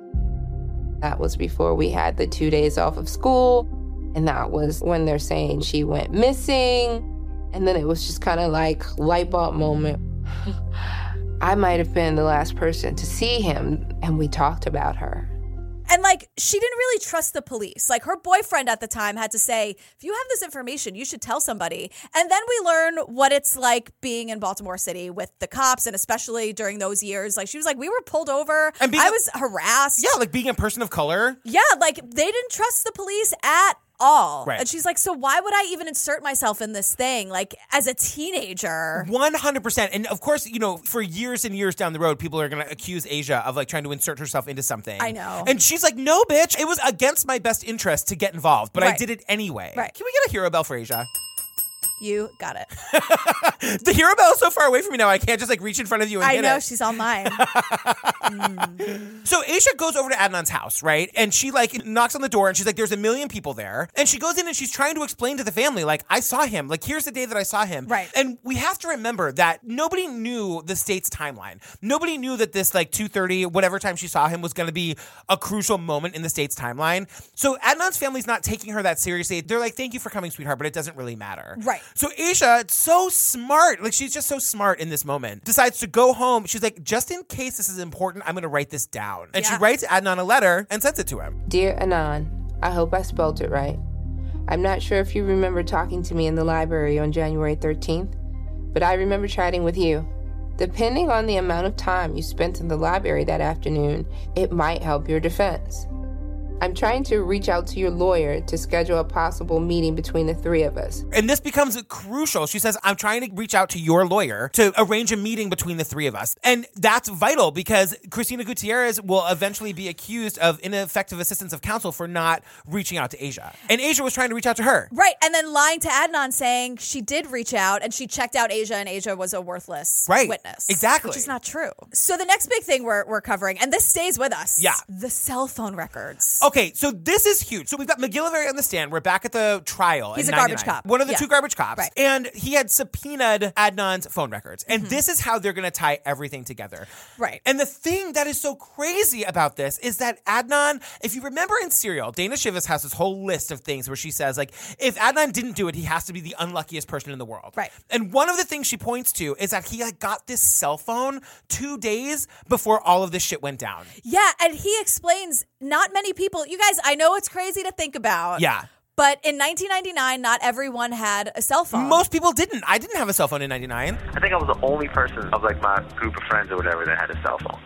[SPEAKER 16] That was before we had the two days off of school, and that was when they're saying she went missing. And then it was just kind of like light bulb moment. I might have been the last person to see him, and we talked about her.
[SPEAKER 2] And like she didn't really trust the police. Like her boyfriend at the time had to say, "If you have this information, you should tell somebody." And then we learn what it's like being in Baltimore City with the cops and especially during those years. Like she was like, "We were pulled over.
[SPEAKER 1] And being-
[SPEAKER 2] I was harassed."
[SPEAKER 1] Yeah, like being a person of color.
[SPEAKER 2] Yeah, like they didn't trust the police at all.
[SPEAKER 1] Right.
[SPEAKER 2] And she's like, "So why would I even insert myself in this thing like as a teenager?"
[SPEAKER 1] One hundred percent, and of course, you know, for years and years down the road, people are going to accuse Asia of like trying to insert herself into something.
[SPEAKER 2] I know.
[SPEAKER 1] and she's like, "No, bitch, it was against my best interest to get involved, but I
[SPEAKER 2] Right.
[SPEAKER 1] did it anyway."
[SPEAKER 2] Right.
[SPEAKER 1] Can we get a hero bell for Asia?
[SPEAKER 2] You got it.
[SPEAKER 1] The hero bell is so far away from me now, I can't just like reach in front of you and
[SPEAKER 2] I
[SPEAKER 1] hit
[SPEAKER 2] know
[SPEAKER 1] it.
[SPEAKER 2] she's on mine.
[SPEAKER 1] So Asia goes over to Adnan's house, right? And she like knocks on the door and she's like, there's a million people there. And she goes in and she's trying to explain to the family, like, I saw him. Like, here's the day that I saw him. Right. And we have to remember that nobody knew the state's timeline. Nobody knew that this like 2.30, whatever time she saw him was going to be a crucial moment in the state's timeline. So Adnan's family's not taking her that seriously. They're like, thank you for coming, sweetheart, but it doesn't really matter.
[SPEAKER 2] Right.
[SPEAKER 1] So Asia, so smart, like she's just so smart in this moment, decides to go home. She's like, just in case this is important, I'm gonna write this down. And she
[SPEAKER 16] Yeah.
[SPEAKER 1] writes Adnan a letter and sends it to him.
[SPEAKER 16] Dear Anon, I hope I spelled it right. I'm not sure if you remember talking to me in the library on January 13th, but I remember chatting with you. Depending on the amount of time you spent in the library that afternoon, it might help your defense. I'm trying to reach out to your lawyer to schedule a possible meeting between the three of us.
[SPEAKER 1] And this becomes crucial. She says, I'm trying to reach out to your lawyer to arrange a meeting between the three of us. And that's vital because Christina Gutierrez will eventually be accused of ineffective assistance of counsel for not reaching out to Asia. And Asia was trying to reach out to her.
[SPEAKER 2] Right, and then lying to Adnan saying she did reach out and she checked out Asia and Asia was a worthless
[SPEAKER 1] Right.
[SPEAKER 2] witness.
[SPEAKER 1] Exactly.
[SPEAKER 2] Which is not true. So the next big thing we're, we're covering, and this stays with us.
[SPEAKER 1] Yeah.
[SPEAKER 2] The cell phone records.
[SPEAKER 1] Okay, so this is huge. So we've got McGillivray on the stand. We're back at the trial.
[SPEAKER 2] He's
[SPEAKER 1] in
[SPEAKER 2] a garbage
[SPEAKER 1] 99.
[SPEAKER 2] cop.
[SPEAKER 1] One of the
[SPEAKER 2] Yeah.
[SPEAKER 1] two garbage cops.
[SPEAKER 2] Right. Mm-hmm.
[SPEAKER 1] And he had subpoenaed Adnan's phone records. And this is how they're going to tie everything together.
[SPEAKER 2] Right.
[SPEAKER 1] And the thing that is so crazy about this is that Adnan, if you remember in Serial, Dana Shivas has this whole list of things where she says, like, if Adnan didn't do it, he has to be the unluckiest person in the world. Right. And one of the things she points to is that he like, got this cell phone two days before all of this shit went down.
[SPEAKER 2] Yeah, and he explains not many people, you guys, I know it's crazy to think about.
[SPEAKER 1] Yeah.
[SPEAKER 2] But in 1999, not everyone had a cell phone.
[SPEAKER 1] Most people didn't. I didn't have a cell phone in 99.
[SPEAKER 4] I think I was the only person of like my group of friends or whatever that had a cell phone.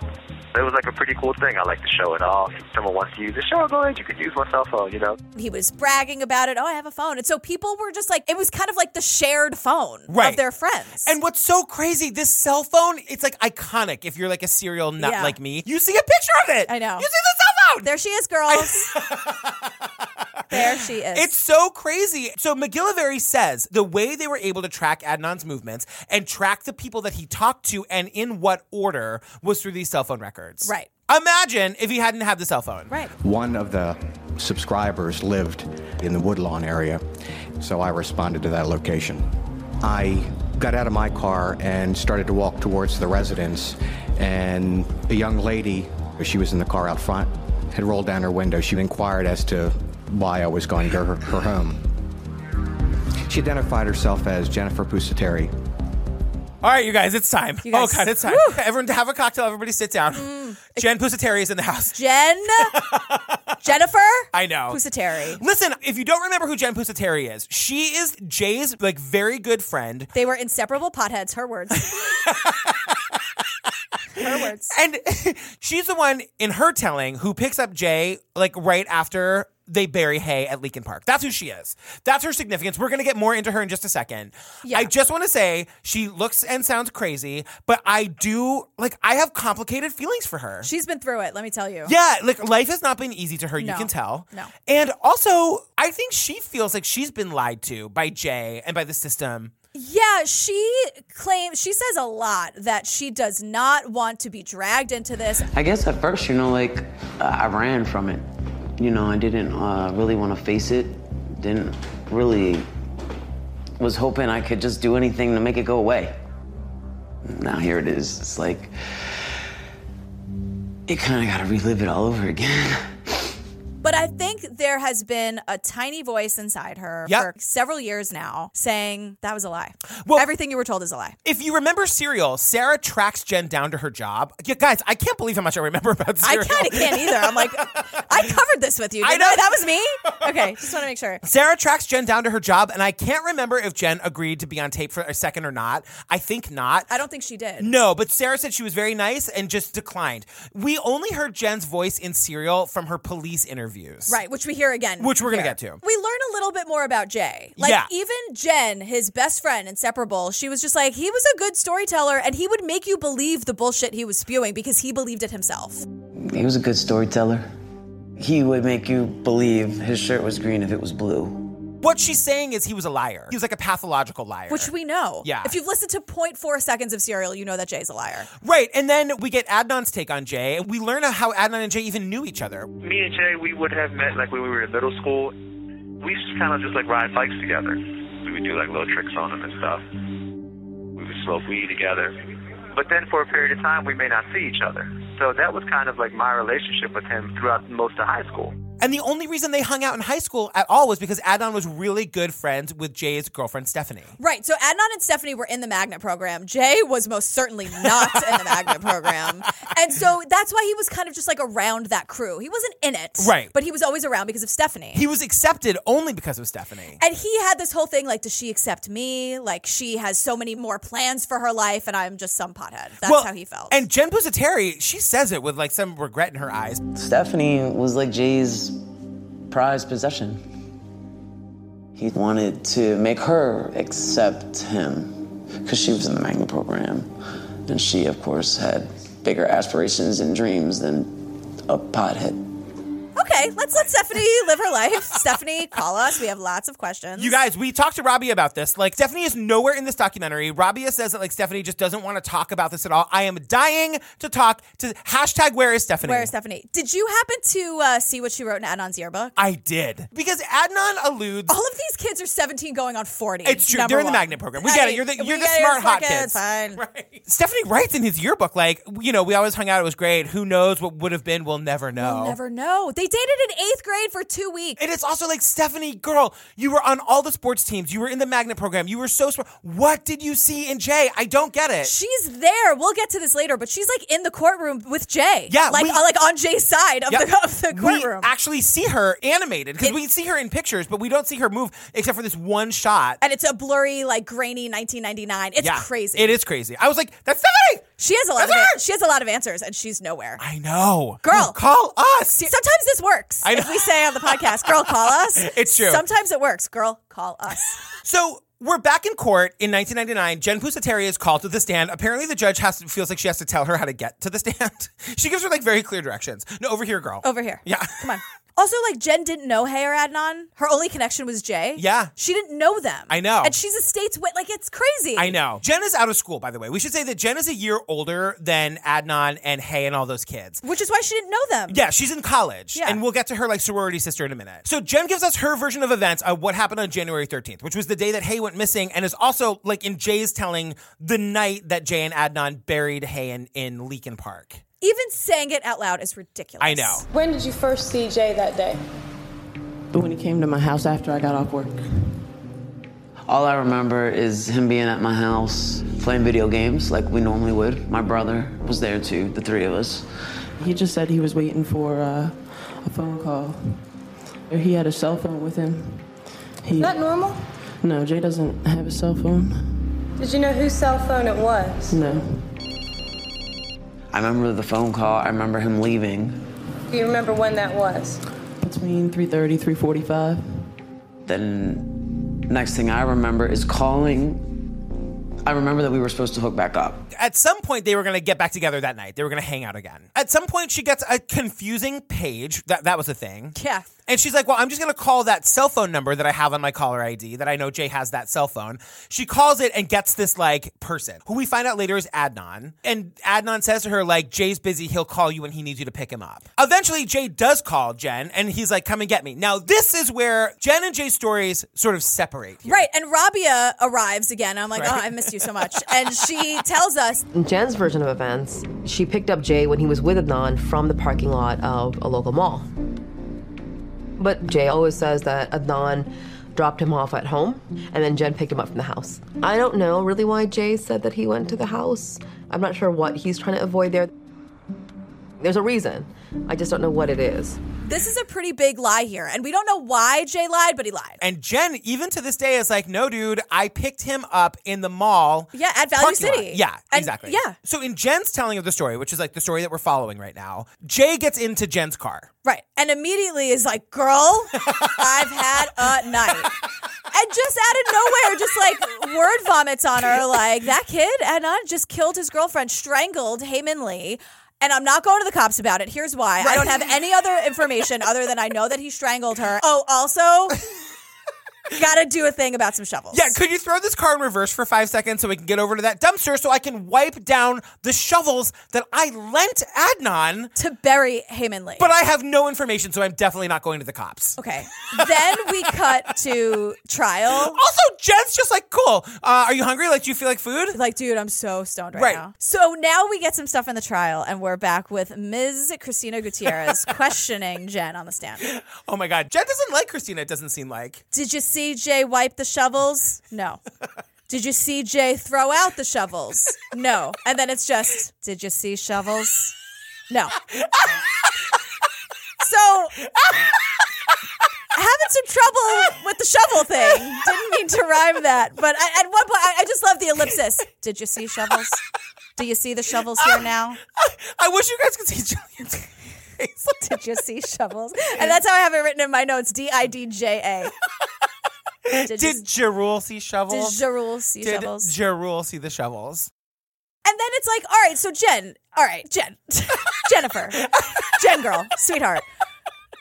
[SPEAKER 4] It was like a pretty cool thing. I like to show it off. If someone wants to use the show, go ahead. You can use my cell phone, you know?
[SPEAKER 2] He was bragging about it. Oh, I have a phone. And so people were just like, it was kind of like the shared phone
[SPEAKER 1] Right.
[SPEAKER 2] of their friends.
[SPEAKER 1] And what's so crazy, this cell phone, it's like iconic if you're like a serial nut
[SPEAKER 2] Yeah.
[SPEAKER 1] like me. You see a picture of it.
[SPEAKER 2] I know.
[SPEAKER 1] You see the cell phone.
[SPEAKER 2] There she is, girls. there she is.
[SPEAKER 1] It's so crazy. So McGillivray says the way they were able to track Adnan's movements and track the people that he talked to and in what order was through these cell phone records.
[SPEAKER 2] Right.
[SPEAKER 1] Imagine if he hadn't had the cell phone.
[SPEAKER 2] Right.
[SPEAKER 17] One of the subscribers lived in the Woodlawn area, so I responded to that location. I got out of my car and started to walk towards the residence, and a young lady, she was in the car out front, had rolled down her window. She inquired as to why I was going to her, her home. She identified herself as Jennifer Pusateri.
[SPEAKER 1] All right, you guys, it's time.
[SPEAKER 17] You guys-
[SPEAKER 1] oh, God, it's time. Everyone have a cocktail. Everybody sit down. Jen Pusateri is in the house.
[SPEAKER 2] Mm. Jen. Jennifer.
[SPEAKER 1] I know.
[SPEAKER 2] Pusateri.
[SPEAKER 1] Listen, if you don't remember who Jen Pusateri is, she is Jay's like very good friend.
[SPEAKER 2] They were inseparable potheads, her words. her words.
[SPEAKER 1] And she's the one in her telling who picks up Jay like right after they bury Hay at Lincoln Park. That's who she is. That's her significance. We're gonna get more into her in just a second.
[SPEAKER 2] Yeah.
[SPEAKER 1] I just want to say she looks and sounds crazy, but I do like I have complicated feelings for her.
[SPEAKER 2] She's been through it, let me tell you.
[SPEAKER 1] yeah, like life has not been easy to her. You
[SPEAKER 2] No.
[SPEAKER 1] can tell.
[SPEAKER 2] No.
[SPEAKER 1] And also, I think she feels like she's been lied to by Jay and by the system.
[SPEAKER 2] Yeah, she claims, she says a lot that she does not want to be dragged into this.
[SPEAKER 18] I guess at first, you know, like I ran from it. You know, I didn't uh, really want to face it. Didn't really was hoping I could just do anything to make it go away. Now here it is. It's like you kind of got to relive it all over again.
[SPEAKER 2] But I think there has been a tiny voice inside her for several years now saying that was a lie. Everything you were told is a lie.
[SPEAKER 1] If you remember Serial, Sarah tracks Jen down to her job. Yeah, guys, I can't believe how much I remember about
[SPEAKER 2] I
[SPEAKER 1] Serial.
[SPEAKER 2] kind of can't either. I'm like, I covered this with you.
[SPEAKER 1] I
[SPEAKER 2] I
[SPEAKER 1] know.
[SPEAKER 2] know. That was me? Okay, just want to make sure.
[SPEAKER 1] Sarah tracks Jen down to her job, and I can't remember if Jen agreed to be on tape for a second or not. I think not.
[SPEAKER 2] I don't think she did.
[SPEAKER 1] No, but Sarah said she was very nice and just declined. We only heard Jen's voice in Serial from her police interviews.
[SPEAKER 2] Right, which we hear again.
[SPEAKER 1] Which we're gonna
[SPEAKER 2] here.
[SPEAKER 1] get to.
[SPEAKER 2] We learn a little bit more about Jay. Like
[SPEAKER 1] Yeah.
[SPEAKER 2] even Jen, his best friend, inseparable, she was just like, he was a good storyteller and he would make you believe the bullshit he was spewing because he believed it himself.
[SPEAKER 18] He was a good storyteller. He would make you believe his shirt was green if it was blue.
[SPEAKER 1] What she's saying is he was a liar. He was like a pathological liar.
[SPEAKER 2] Which we know.
[SPEAKER 1] Yeah.
[SPEAKER 2] If you've listened to 0.4 seconds of Serial, you know that Jay's a liar.
[SPEAKER 1] Right, and then we get Adnan's take on Jay, and we learn how Adnan and Jay even knew each other.
[SPEAKER 4] Me and Jay, we would have met like when we were in middle school. We used to kind of just like ride bikes together. We would do like little tricks on them and stuff. We would smoke weed together. But then for a period of time, we may not see each other. So that was kind of like my relationship with him throughout most of high school.
[SPEAKER 1] And the only reason they hung out in high school at all was because Adnan was really good friends with Jay's girlfriend Stephanie.
[SPEAKER 2] Right. So Adnan and Stephanie were in the magnet program. Jay was most certainly not in the magnet program. And so that's why he was kind of just like around that crew. He wasn't in it.
[SPEAKER 1] Right.
[SPEAKER 2] But he was always around because of Stephanie.
[SPEAKER 1] He was accepted only because of Stephanie.
[SPEAKER 2] And he had this whole thing like, does she accept me? Like, she has so many more plans for her life, and I'm just some pothead. That's
[SPEAKER 1] Well,
[SPEAKER 2] how he felt.
[SPEAKER 1] And Jen Pusateri, she says it with like some regret in her eyes.
[SPEAKER 18] Stephanie was like Jay's prized possession. He wanted to make her accept him because she was in the magnet program. And she, of course, had bigger aspirations and dreams than a pothead.
[SPEAKER 2] Okay, let's let Stephanie live her life. Stephanie, call us. We have lots of questions.
[SPEAKER 1] You guys, we talked to Robbie about this. Like, Stephanie is nowhere in this documentary. Robbie says that like Stephanie just doesn't want to talk about this at all. I am dying to talk to hashtag Where is Stephanie?
[SPEAKER 2] Where is Stephanie? Did you happen to uh, see what she wrote in Adnan's yearbook?
[SPEAKER 1] I did because Adnan alludes.
[SPEAKER 2] All of these kids are 17 going on 40.
[SPEAKER 1] It's true.
[SPEAKER 2] number
[SPEAKER 1] They're in the
[SPEAKER 2] one.
[SPEAKER 1] magnet program. We get it. You're the-
[SPEAKER 2] we
[SPEAKER 1] you're the
[SPEAKER 2] get it.
[SPEAKER 1] smart,
[SPEAKER 2] It's
[SPEAKER 1] hot
[SPEAKER 2] okay.
[SPEAKER 1] kids.
[SPEAKER 2] It's fine.
[SPEAKER 1] Stephanie writes in his yearbook, like, you know, we always hung out. It was great. Who knows what would have been? We'll never know.
[SPEAKER 2] We'll never know. They dated in eighth grade for two weeks.
[SPEAKER 1] Oh. And it's also like, Stephanie, girl, you were on all the sports teams. You were in the magnet program. You were so smart. What did you see in Jay? I don't get it.
[SPEAKER 2] She's there. We'll get to this later, but she's like in the courtroom with Jay.
[SPEAKER 1] Yeah,
[SPEAKER 2] like
[SPEAKER 1] we-
[SPEAKER 2] uh, like on Jay's side of
[SPEAKER 1] Yep.
[SPEAKER 2] the of the courtroom.
[SPEAKER 1] We actually see her animated because we see her in pictures, but we don't see her move except for this one shot.
[SPEAKER 2] and it's a blurry, like grainy 1999. It's crazy.
[SPEAKER 1] It is crazy. I was like, that's Stephanie.
[SPEAKER 2] She has a lot. Of an- she has a lot of answers, and she's nowhere.
[SPEAKER 1] I know.
[SPEAKER 2] Girl,
[SPEAKER 1] call us.
[SPEAKER 2] Sometimes this works.
[SPEAKER 1] I know.
[SPEAKER 2] If we say on the podcast, "Girl, call us,"
[SPEAKER 1] It's true.
[SPEAKER 2] Sometimes it works. Girl, call us.
[SPEAKER 1] So we're back in court in 1999. Jen Pusateri is called to the stand. Apparently, the judge has to, feels like she has to tell her how to get to the stand. she gives her like very clear directions. No, over here, girl.
[SPEAKER 2] Over here.
[SPEAKER 1] Yeah.
[SPEAKER 2] Come on. Also, like Jen didn't know Hay or Adnan. Her only connection was Jay.
[SPEAKER 1] Yeah.
[SPEAKER 2] She didn't know them.
[SPEAKER 1] I know.
[SPEAKER 2] And she's a state's wit. Like it's crazy.
[SPEAKER 1] I know. Jen is out of school, by the way. We should say that Jen is a year older than Adnan and Hay and all those kids.
[SPEAKER 2] Which is why she didn't know them.
[SPEAKER 1] Yeah, she's in college.
[SPEAKER 2] Yeah.
[SPEAKER 1] And we'll get to her like sorority sister in a minute. So Jen gives us her version of events of what happened on January 13th, which was the day that Hay went missing, and is also like in Jay's telling the night that Jay and Adnan buried Hay in, in Leakin Park.
[SPEAKER 2] Even saying it out loud is ridiculous.
[SPEAKER 1] I know.
[SPEAKER 19] When did you first see Jay that day?
[SPEAKER 18] When he came to my house after I got off work, all I remember is him being at my house playing video games like we normally would. My brother was there too, the three of us.
[SPEAKER 20] He just said he was waiting for uh, a phone call. He had a cell phone with him. He,
[SPEAKER 19] Is that normal?
[SPEAKER 20] No, Jay doesn't have a cell phone.
[SPEAKER 19] Did you know whose cell phone it was?
[SPEAKER 20] No.
[SPEAKER 18] I remember the phone call, I remember him leaving.
[SPEAKER 19] Do you remember when that was?
[SPEAKER 20] Between 3:30, 3:45.
[SPEAKER 18] Then, next thing I remember is calling. I remember that we were supposed to hook back up.
[SPEAKER 1] At some point, they were going to get back together that night. They were going to hang out again. At some point, she gets a confusing page. That, that was a thing.
[SPEAKER 2] Yeah.
[SPEAKER 1] And she's like, Well, I'm just going to call that cell phone number that I have on my caller ID that I know Jay has that cell phone. She calls it and gets this like person who we find out later is Adnan. And Adnan says to her, like, Jay's busy. He'll call you when he needs you to pick him up. Eventually, Jay does call Jen and he's like, Come and get me. Now, this is where Jen and Jay's stories sort of separate.
[SPEAKER 2] Right. And Rabia arrives again. I'm like,
[SPEAKER 3] Right.
[SPEAKER 2] oh, I miss you so much. And she tells us
[SPEAKER 3] In Jen's version of events, she picked up Jay when he was with Adnan from the parking lot of a local mall. But Jay always says that Adnan dropped him off at home and then Jen picked him up from the house. I don't know really why Jay said that he went to the house. I'm not sure what he's trying to avoid there. There's a reason. I just don't know what it is.
[SPEAKER 2] this is a pretty big lie here. And we don't know why Jay lied, but he lied.
[SPEAKER 1] And Jen, even to this day, is like, no, dude, I picked him up in the mall.
[SPEAKER 2] Yeah, at Value
[SPEAKER 1] parking lot."
[SPEAKER 2] City.
[SPEAKER 1] Yeah,
[SPEAKER 2] And-
[SPEAKER 1] exactly.
[SPEAKER 2] yeah.
[SPEAKER 1] So in Jen's telling of the story, which is like the story that we're following right now, Jay gets into Jen's car.
[SPEAKER 2] Right. And immediately is like, girl, I've had a night. And just out of nowhere, just like word vomits on her, like, that kid, Adnan, just killed his girlfriend, strangled Heyman Lee. And I'm not going to the cops about it. Here's why. I don't have any other information other than I know that he strangled her. Oh, also, gotta do a thing about some shovels.
[SPEAKER 1] Yeah, could you throw this car in reverse for five seconds so we can get over to that dumpster so I can wipe down the shovels that I lent Adnan
[SPEAKER 2] to bury Heyman Lee?
[SPEAKER 1] But I have no information, so I'm definitely not going to the cops.
[SPEAKER 2] Okay. Then we cut to trial.
[SPEAKER 1] Also, Jen's just like, cool. Uh, are you hungry? Like, do you feel like food?
[SPEAKER 2] Like, dude, I'm so stoned right,
[SPEAKER 1] Right.
[SPEAKER 2] now. So now we get some stuff in the trial, and we're back with Ms. Christina Gutierrez questioning Jen on the stand.
[SPEAKER 1] Oh my God. Jen doesn't like Christina, it doesn't seem like.
[SPEAKER 2] Did you see Jay wipe the shovels? No. Did you see Jay throw out the shovels? No. And then it's just, did you see shovels? No. So having some trouble with the shovel thing. Didn't mean to rhyme that, but I, at one point, I, I just love the ellipsis. Did you see shovels? Do you see the shovels here now?
[SPEAKER 1] I wish you guys could see Julian's face.
[SPEAKER 2] Did you see shovels? And that's how I have it written in my notes: D I D J A.
[SPEAKER 1] Did, Jerul see shovels?
[SPEAKER 2] Did Jerul see
[SPEAKER 1] Did
[SPEAKER 2] shovels?
[SPEAKER 1] Jerul see the shovels?
[SPEAKER 2] And then it's like, all right, so Jen, all right, Jen, Jennifer, Jen girl, sweetheart,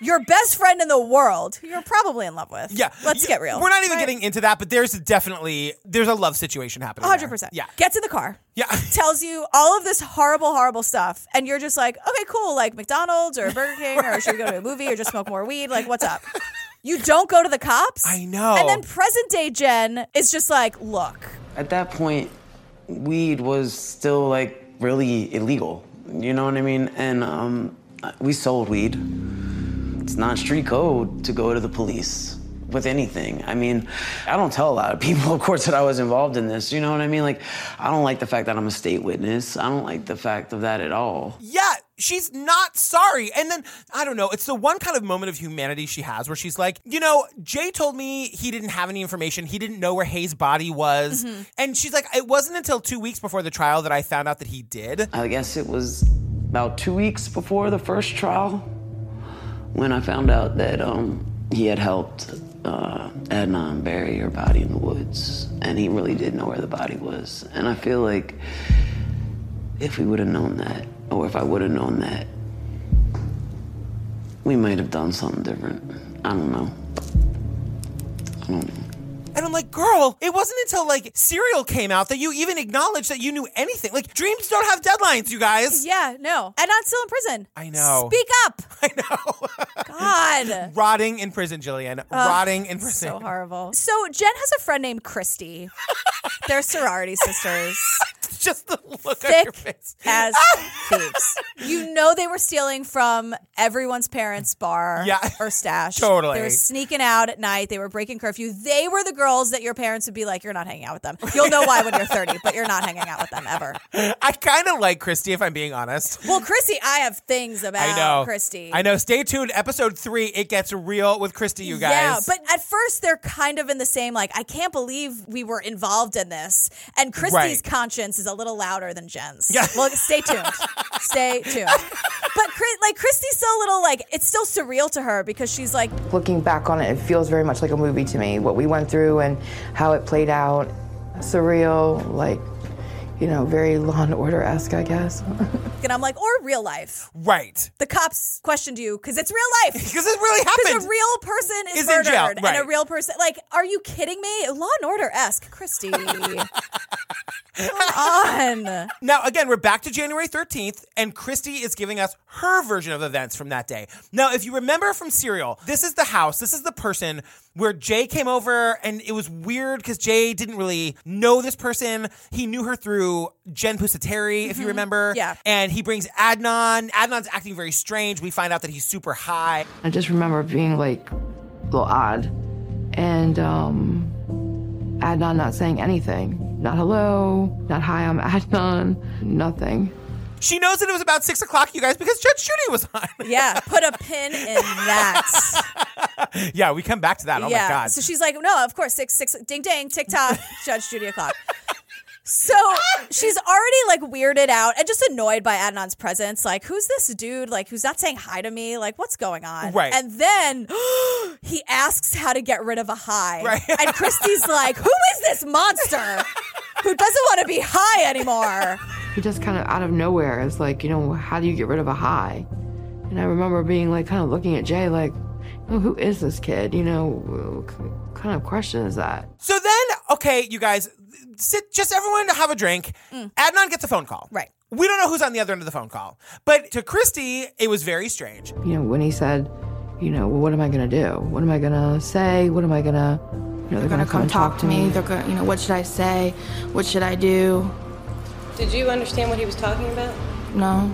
[SPEAKER 2] your best friend in the world, who you're probably in love with.
[SPEAKER 1] Yeah.
[SPEAKER 2] Let's get real.
[SPEAKER 1] We're not even getting into that, but there's definitely there's a love situation happening. there.
[SPEAKER 2] 100%.
[SPEAKER 1] Yeah.
[SPEAKER 2] Gets in the car.
[SPEAKER 1] Yeah.
[SPEAKER 2] Tells you all of this horrible, horrible stuff. And you're just like, okay, cool. Like McDonald's or Burger King or should we go to a movie or just smoke more weed? Like, what's up? You don't go to the cops. I
[SPEAKER 18] know.
[SPEAKER 2] And then present day Jen is just like, look,
[SPEAKER 18] At that point, weed was still like really illegal. You know what I mean? And um, we sold weed. It's not street code to go to the police with anything. I mean, I don't tell a lot of people, of course, that I was involved in this. You know what I mean? Like, I don't like the fact that I'm a state witness. I don't like the fact of that at all.
[SPEAKER 1] Yeah. She's not sorry. And then, I don't know, it's the one kind of moment of humanity she has where she's like, you know, Jay told me he didn't have any information. He didn't know where Hayes' body was.
[SPEAKER 18] Mhm.
[SPEAKER 1] And she's like, it wasn't until two weeks before the trial that I found out that he did.
[SPEAKER 18] I guess it was about two weeks before the first trial when I found out that um, he had helped uh, Adnan bury her body in the woods, and he really did know where the body was. And I feel like if we would have known that, or if I would have known that, we might have done something different. I don't know. I don't know.
[SPEAKER 1] And I'm like, girl, it wasn't until like Serial came out that you even acknowledged that you knew anything. Like, dreams don't have deadlines, you guys.
[SPEAKER 2] Yeah, no. And not still in prison.
[SPEAKER 1] I know.
[SPEAKER 2] Speak up. I know. God.
[SPEAKER 1] Rotting in prison, Jillian. Rotting in
[SPEAKER 2] Ugh,
[SPEAKER 1] prison.
[SPEAKER 2] So horrible. So Jen has a friend named Christy. They're sorority sisters.
[SPEAKER 1] Just the look
[SPEAKER 2] Thick on your face. as thieves. You know they were stealing from everyone's parents' bar
[SPEAKER 1] Yeah.
[SPEAKER 2] or stash.
[SPEAKER 1] Totally.
[SPEAKER 2] They were sneaking out at night. They were breaking curfew. They were the girls that your parents would be like, you're not hanging out with them. You'll know why when you're 30, but you're not hanging out with them ever.
[SPEAKER 1] I kind of like Christy, if I'm being honest.
[SPEAKER 2] Well, Christy, I have things about
[SPEAKER 1] I know.
[SPEAKER 2] Christy.
[SPEAKER 1] I know. Stay tuned. Episode three, it gets real with Christy, you guys.
[SPEAKER 2] Yeah, but at first they're kind of in the same like I can't believe we were involved in this. And Christy's
[SPEAKER 1] Right.
[SPEAKER 2] conscience is a little louder than Jen's. Yeah. Well, stay tuned. stay tuned. But Chris, like Christy's still a little like it's still surreal to her because she's like
[SPEAKER 21] Looking back on it, it feels very much like a movie to me, what we went through and how it played out. Surreal, like, you know, very law and order esque, I guess.
[SPEAKER 2] and I'm like or real life.
[SPEAKER 1] Right.
[SPEAKER 2] The cops questioned you because it's real life. Because
[SPEAKER 1] it really
[SPEAKER 2] Because
[SPEAKER 1] happened.
[SPEAKER 2] a real person is,
[SPEAKER 1] Is in
[SPEAKER 2] murdered
[SPEAKER 1] jail,
[SPEAKER 2] and a
[SPEAKER 1] right.
[SPEAKER 2] real person like are you kidding me? Law and order esque, Christy. Come on.
[SPEAKER 1] Now, again, we're back to January 13th, and Christy is giving us her version of events from that day. Now, if you remember from Serial, this is the house, this is the person where Jay came over, and it was weird because Jay didn't really know this person. He knew her through Jen Pusateri,
[SPEAKER 2] Mm-hmm.
[SPEAKER 1] if you remember.
[SPEAKER 21] Yeah.
[SPEAKER 1] And he brings Adnan. Adnan's acting very strange. We find out that he's super high.
[SPEAKER 21] I just remember being like a little odd. And um, Adnan not saying anything. Not hello, not hi, I'm Adnan, nothing.
[SPEAKER 1] She knows that it was about six o'clock, you guys, because Judge Judy was on.
[SPEAKER 2] Yeah, put a pin in that.
[SPEAKER 1] yeah, we come back to that. Oh my God.
[SPEAKER 2] So she's like, no, of course, six, six, ding, ding, tick tock, Judge Judy o'clock. So she's already like weirded out and just annoyed by Adnan's presence. Like, who's this dude? Like, who's not saying hi to me? Like, what's going on?
[SPEAKER 22] Right.
[SPEAKER 2] And then he asks how to get rid of a high. Right. and Christy's like, who is this monster who doesn't want to be high anymore?
[SPEAKER 21] He just kind of out of nowhere is like, you know, how do you get rid of a high? And I remember being like, kind of looking at Jay, like, oh, who is this kid? You know, what kind of question is that?
[SPEAKER 1] So then, okay, you guys, sit, just everyone to have a drink. Adnan gets a phone call.
[SPEAKER 2] Mm. Right.
[SPEAKER 1] We don't know who's on the other end of the phone call, but to Christy, it was very strange.
[SPEAKER 21] You know, when he said, you know, well, what am I going to do? What am I going to say? What am I going to, you know, they're,
[SPEAKER 7] They're
[SPEAKER 21] going to
[SPEAKER 7] gonna come talk to me. They're gonna, you know, what should I say? What should I do?
[SPEAKER 19] Did you understand what he was talking about?
[SPEAKER 21] No.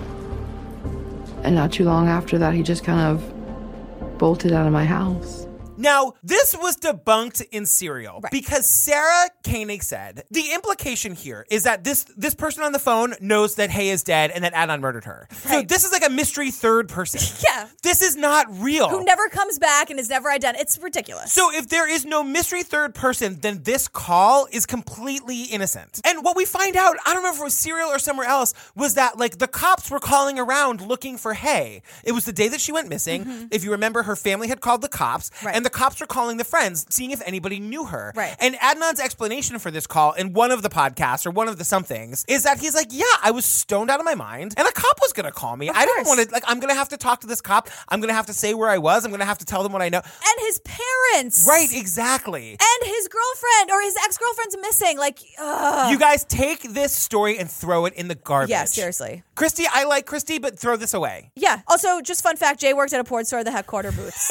[SPEAKER 21] And not too long after that, he just kind of bolted out of my house.
[SPEAKER 1] Now, this was debunked in Serial because Sarah Koenig said the implication here is that this this person on the phone knows that Hay is dead and that Adnan murdered her. So this is like a mystery third person.
[SPEAKER 2] Yeah.
[SPEAKER 1] This is not real.
[SPEAKER 2] Who never comes back and is never identified. It's ridiculous.
[SPEAKER 1] So if there is no mystery third person, then this call is completely innocent. And what we find out, I don't remember if it was serial or somewhere else, was that like the cops were calling around looking for Hay. It was the day that she went missing.
[SPEAKER 2] Mhm.
[SPEAKER 1] If you remember, her family had called the cops, and the cops were calling the friends, seeing if anybody knew her.
[SPEAKER 2] Right.
[SPEAKER 1] And Adnan's explanation for this call in one of the podcasts or one of the somethings is that he's like, Yeah, I was stoned out of my mind, and a cop was gonna call me. I don't want to like I'm gonna have to talk to this cop. I'm gonna have to say where I was, I'm gonna have to tell them what I know.
[SPEAKER 2] and his parents.
[SPEAKER 1] Right, exactly.
[SPEAKER 2] And his girlfriend or his ex girlfriend's missing. Like, ugh.
[SPEAKER 1] You guys take this story and throw it in the garbage.
[SPEAKER 2] Yeah, seriously.
[SPEAKER 1] Christy, I like Christy, but throw this away.
[SPEAKER 2] Yeah. Also, just fun fact: Jay worked at a porn store that had quarter booths.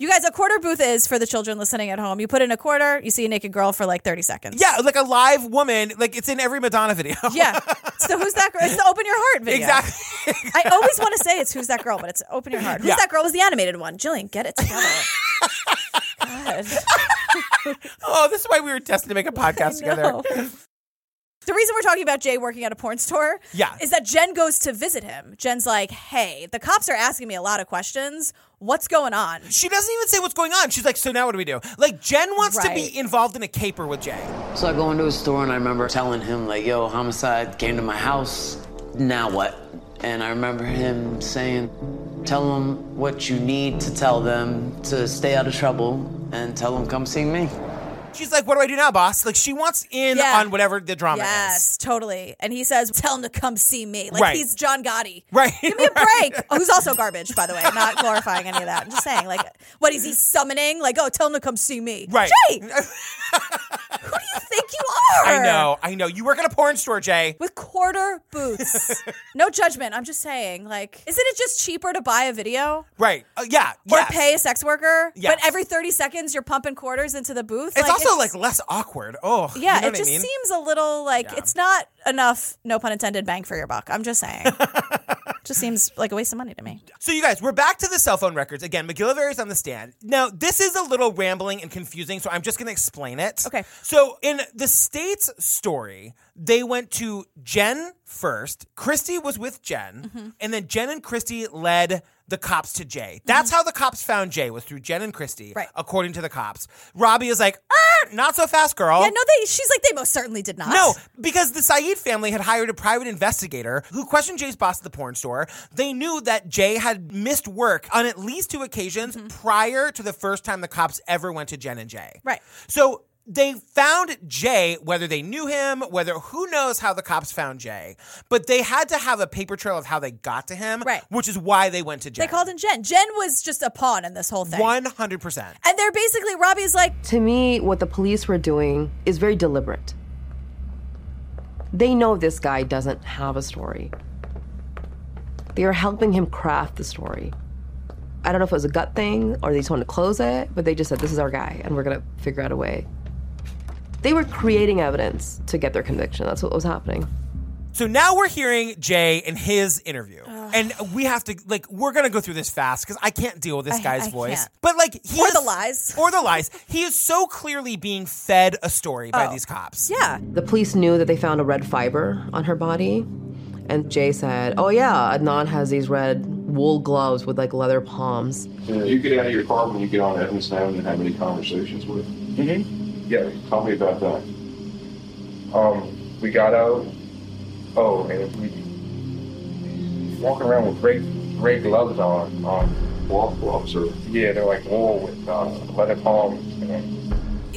[SPEAKER 2] you guys, a quarter booth is for the children listening at home. You put in a quarter, you see a naked girl for like thirty seconds.
[SPEAKER 1] Yeah, like a live woman, like it's in every Madonna video.
[SPEAKER 2] Yeah. It's the Who's That Girl? It's the Open Your Heart video.
[SPEAKER 1] Exactly.
[SPEAKER 2] I always want to say it's Who's That Girl, but it's Open Your Heart. Who's
[SPEAKER 1] Yeah.
[SPEAKER 2] That Girl was the animated one. Jillian, get it together. God.
[SPEAKER 1] oh, this is why we were destined to make a podcast together.
[SPEAKER 2] The reason we're talking about Jay working at a porn store
[SPEAKER 1] Yeah.
[SPEAKER 2] is that Jen goes to visit him. Jen's like, hey, the cops are asking me a lot of questions. What's going on?
[SPEAKER 1] She doesn't even say what's going on. She's like, so now what do we do? Like, Jen wants to
[SPEAKER 2] Right.
[SPEAKER 1] be involved in a caper with Jay.
[SPEAKER 18] So I go into a store and I remember telling him, like, yo, homicide came to my house. Now what? And I remember him saying, tell them what you need to tell them to stay out of trouble and tell them come see me.
[SPEAKER 1] She's like, what do I do now, boss? Like, she wants in on whatever the drama is.
[SPEAKER 2] Yes, totally. And he says, tell him to come see me. Like
[SPEAKER 1] Right.
[SPEAKER 2] he's John Gotti.
[SPEAKER 1] Right.
[SPEAKER 2] Give me a break. Oh, who's also garbage, by the way. Not glorifying any of that. I'm just saying, like, what is he summoning? Like, oh, tell him to come see me.
[SPEAKER 1] Right.
[SPEAKER 2] Jay! Who do you think you are?
[SPEAKER 1] I know, I know. You work at a porn store, Jay.
[SPEAKER 2] With quarter boots. no judgment. I'm just saying, like, isn't it just cheaper to buy a video?
[SPEAKER 1] Right. Uh, yeah.
[SPEAKER 2] Or
[SPEAKER 1] yes.
[SPEAKER 2] pay a sex worker,
[SPEAKER 1] Yes.
[SPEAKER 2] but every 30 seconds you're pumping quarters into the booth.
[SPEAKER 1] It's also like less awkward. Oh,
[SPEAKER 2] Yeah,
[SPEAKER 1] you know
[SPEAKER 2] it
[SPEAKER 1] what
[SPEAKER 2] just
[SPEAKER 1] I mean?
[SPEAKER 2] seems a little like it's not enough, no pun intended, bang for your buck. I'm just saying. just seems like a waste of money to me.
[SPEAKER 1] So, you guys, we're back to the cell phone records. Again, McGillivrary's on the stand. Now, this is a little rambling and confusing, so I'm just going to explain it. Okay. So, in the state's story, they went to Jen first. Christy was with Jen,
[SPEAKER 2] Mm-hmm.
[SPEAKER 1] and then Jen and Christy led the cops to Jay. That's
[SPEAKER 2] Mm-hmm.
[SPEAKER 1] how the cops found Jay was through Jen and Christy, right. according to the cops. Robbie is like, "Ah, not so fast, girl.
[SPEAKER 2] Yeah, no, they. She's like they most certainly did not.
[SPEAKER 1] No, because the Saeed family had hired a private investigator who questioned Jay's boss at the porn store. They knew that Jay had missed work on at least two occasions prior to the first time the cops ever went to Jen and Jay.
[SPEAKER 2] Right.
[SPEAKER 1] So they found Jay, whether they knew him, whether who knows how the cops found Jay, but they had to have a paper trail of how they got to him, right. which is why they went to Jay.
[SPEAKER 2] They called in Jen. Jen was just a pawn in this whole thing.
[SPEAKER 1] 100%.
[SPEAKER 2] And they're basically Robbie's like,
[SPEAKER 3] To me, what the police were doing is very deliberate. They know this guy doesn't have a story. They are helping him craft the story. I don't know if it was a gut thing or they just wanted to close it, but they just said, this is our guy and we're going to figure out a way. They were creating evidence to get their conviction. That's what was happening.
[SPEAKER 1] So now we're hearing Jay in his interview. And we have to, like, we're going to go through this fast because I can't deal with this
[SPEAKER 2] I-
[SPEAKER 1] guy's
[SPEAKER 2] I
[SPEAKER 1] voice.
[SPEAKER 2] can't.
[SPEAKER 1] But, like, he
[SPEAKER 2] Or
[SPEAKER 1] is-
[SPEAKER 2] the lies.
[SPEAKER 1] Or the lies. He is so clearly being fed a story by
[SPEAKER 3] Oh.
[SPEAKER 1] these cops.
[SPEAKER 2] Yeah.
[SPEAKER 3] The police knew that they found a red fiber on her body. And Jay said, Oh, yeah, Adnan has these red wool gloves with like leather palms.
[SPEAKER 13] You get out of your car when you get on Evans Avenue and have any conversations with. Mm-hmm. Yeah, tell me about that.
[SPEAKER 6] Um, we got out. Oh, and we walking around with great, great gloves on. on Wolf gloves, or yeah, they're like wool with uh, leather palms. And,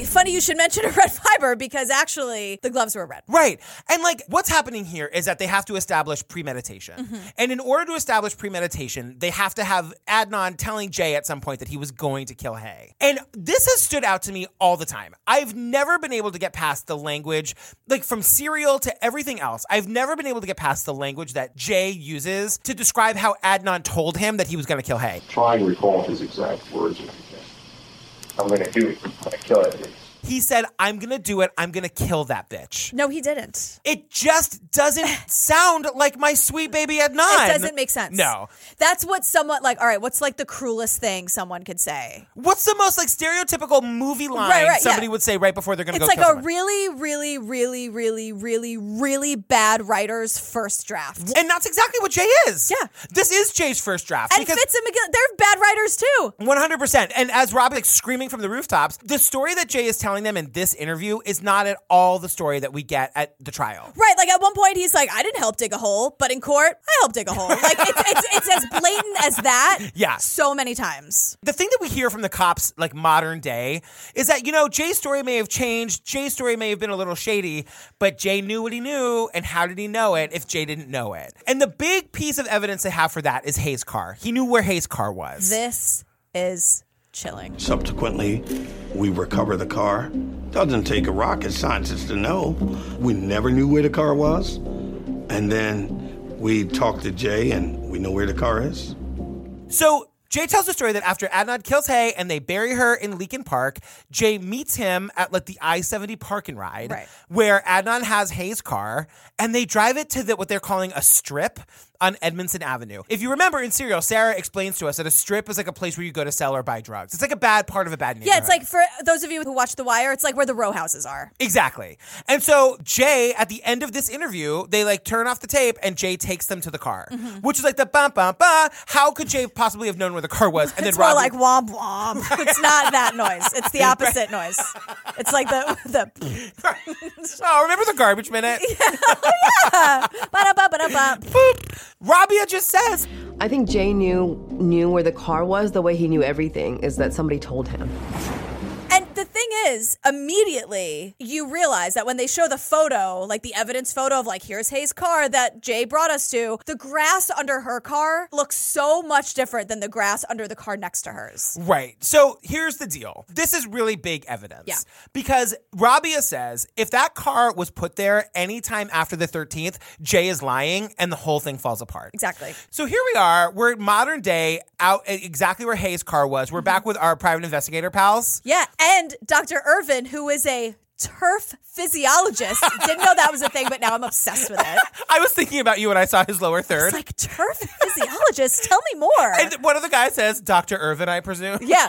[SPEAKER 2] funny you should mention a red fiber because actually the gloves were red.
[SPEAKER 1] Right. And like what's happening here is that they have to establish premeditation.
[SPEAKER 2] Mhm.
[SPEAKER 1] And in order to establish premeditation, they have to have Adnan telling Jay at some point that he was going to kill Hay. And this has stood out to me all the time. I've never been able to get past the language, like from serial to everything else. I've never been able to get past the language that Jay uses to describe how Adnan told him that he was going to kill Hay.
[SPEAKER 13] Try and recall his exact words. if you can. I'm going to do it. I'm going to kill it.
[SPEAKER 1] He said, I'm going to do it. I'm going to kill that bitch.
[SPEAKER 2] No, he didn't.
[SPEAKER 1] It just doesn't sound like my sweet baby Adnan.
[SPEAKER 2] It doesn't make sense.
[SPEAKER 1] No.
[SPEAKER 2] That's what someone like, all right, what's like the cruelest thing someone could say?
[SPEAKER 1] What's the most like stereotypical movie line
[SPEAKER 2] Right, right,
[SPEAKER 1] somebody
[SPEAKER 2] yeah.
[SPEAKER 1] would say right before they're gonna
[SPEAKER 2] It's
[SPEAKER 1] go
[SPEAKER 2] like
[SPEAKER 1] kill
[SPEAKER 2] a
[SPEAKER 1] someone?
[SPEAKER 2] really, really, really, really, really, really bad writer's first draft.
[SPEAKER 1] And that's exactly what Jay is. Yeah. This is Jay's first draft.
[SPEAKER 2] And Fitz and McGill, they're bad writers too.
[SPEAKER 1] 100%. And as Rob is screaming from the rooftops, the story that Jay is telling them in this interview is not at all the story that we get at the trial.
[SPEAKER 2] Right, like at one point he's like, I didn't help dig a hole, but in court, I helped dig a hole. Like it's it's, it's as blatant as that.
[SPEAKER 1] Yeah.
[SPEAKER 2] So many times.
[SPEAKER 1] The thing that we hear from the cops, like modern day, is that, you know, Jay's story may have changed. Jay's story may have been a little shady, but Jay knew what he knew. And how did he know it if Jay didn't know it? And the big piece of evidence they have for that is Hayes' car. He knew where Hayes' car was.
[SPEAKER 2] This is chilling.
[SPEAKER 9] Subsequently, we recover the car. Doesn't take a rocket scientist to know. We never knew where the car was. And then we talked to Jay and we know where the car is.
[SPEAKER 1] So Jay tells the story that after Adnan kills Hay and they bury her in Leakin Park, Jay meets him at like the I seventy park and ride, where Adnan has Hay's car, and they drive it to the, what they're calling a strip, on Edmondson Avenue. If you remember in Serial, Sarah explains to us that a strip is like a place where you go to sell or buy drugs. It's like a bad part of a bad neighborhood.
[SPEAKER 2] Yeah, it's like for those of you who watch The Wire, it's like where the row houses are.
[SPEAKER 1] Exactly. And so Jay, at the end of this interview, they like turn off the tape and Jay takes them to the car,
[SPEAKER 2] Mhm.
[SPEAKER 1] which is like the bum bum ba. How could Jay possibly have known where the car was? And
[SPEAKER 2] it's
[SPEAKER 1] then
[SPEAKER 2] more
[SPEAKER 1] Robbie,
[SPEAKER 2] like womp womp. It's not that noise. It's the opposite noise. It's like the the
[SPEAKER 1] oh, remember the garbage minute?
[SPEAKER 2] Robbie
[SPEAKER 1] just says,
[SPEAKER 3] I think Jay knew knew where the car was. The way he knew everything is that somebody told him.
[SPEAKER 2] And the thing is, immediately you realize that when they show the photo, like the evidence photo of like here's Hayes' car that Jay brought us to, the grass under her car looks so much different than the grass under the car next to hers.
[SPEAKER 1] Right. So here's the deal. This is really big evidence.
[SPEAKER 2] Yeah.
[SPEAKER 1] Because Rabia says if that car was put there anytime after the 13th, Jay is lying and the whole thing falls apart.
[SPEAKER 2] Exactly.
[SPEAKER 1] So here we are. We're at modern day, out at exactly where Hayes' car was.
[SPEAKER 2] Mm-hmm.
[SPEAKER 1] We're back with our private investigator pals.
[SPEAKER 2] Yeah, and Dr. Irvin, who is a turf physiologist, didn't know that was a thing, but now I'm obsessed with it.
[SPEAKER 1] I was thinking about you when I saw his lower third.
[SPEAKER 2] Like turf physiologist, tell me more.
[SPEAKER 1] and one of the guys says, Dr. Irvin, I presume.
[SPEAKER 2] Yeah.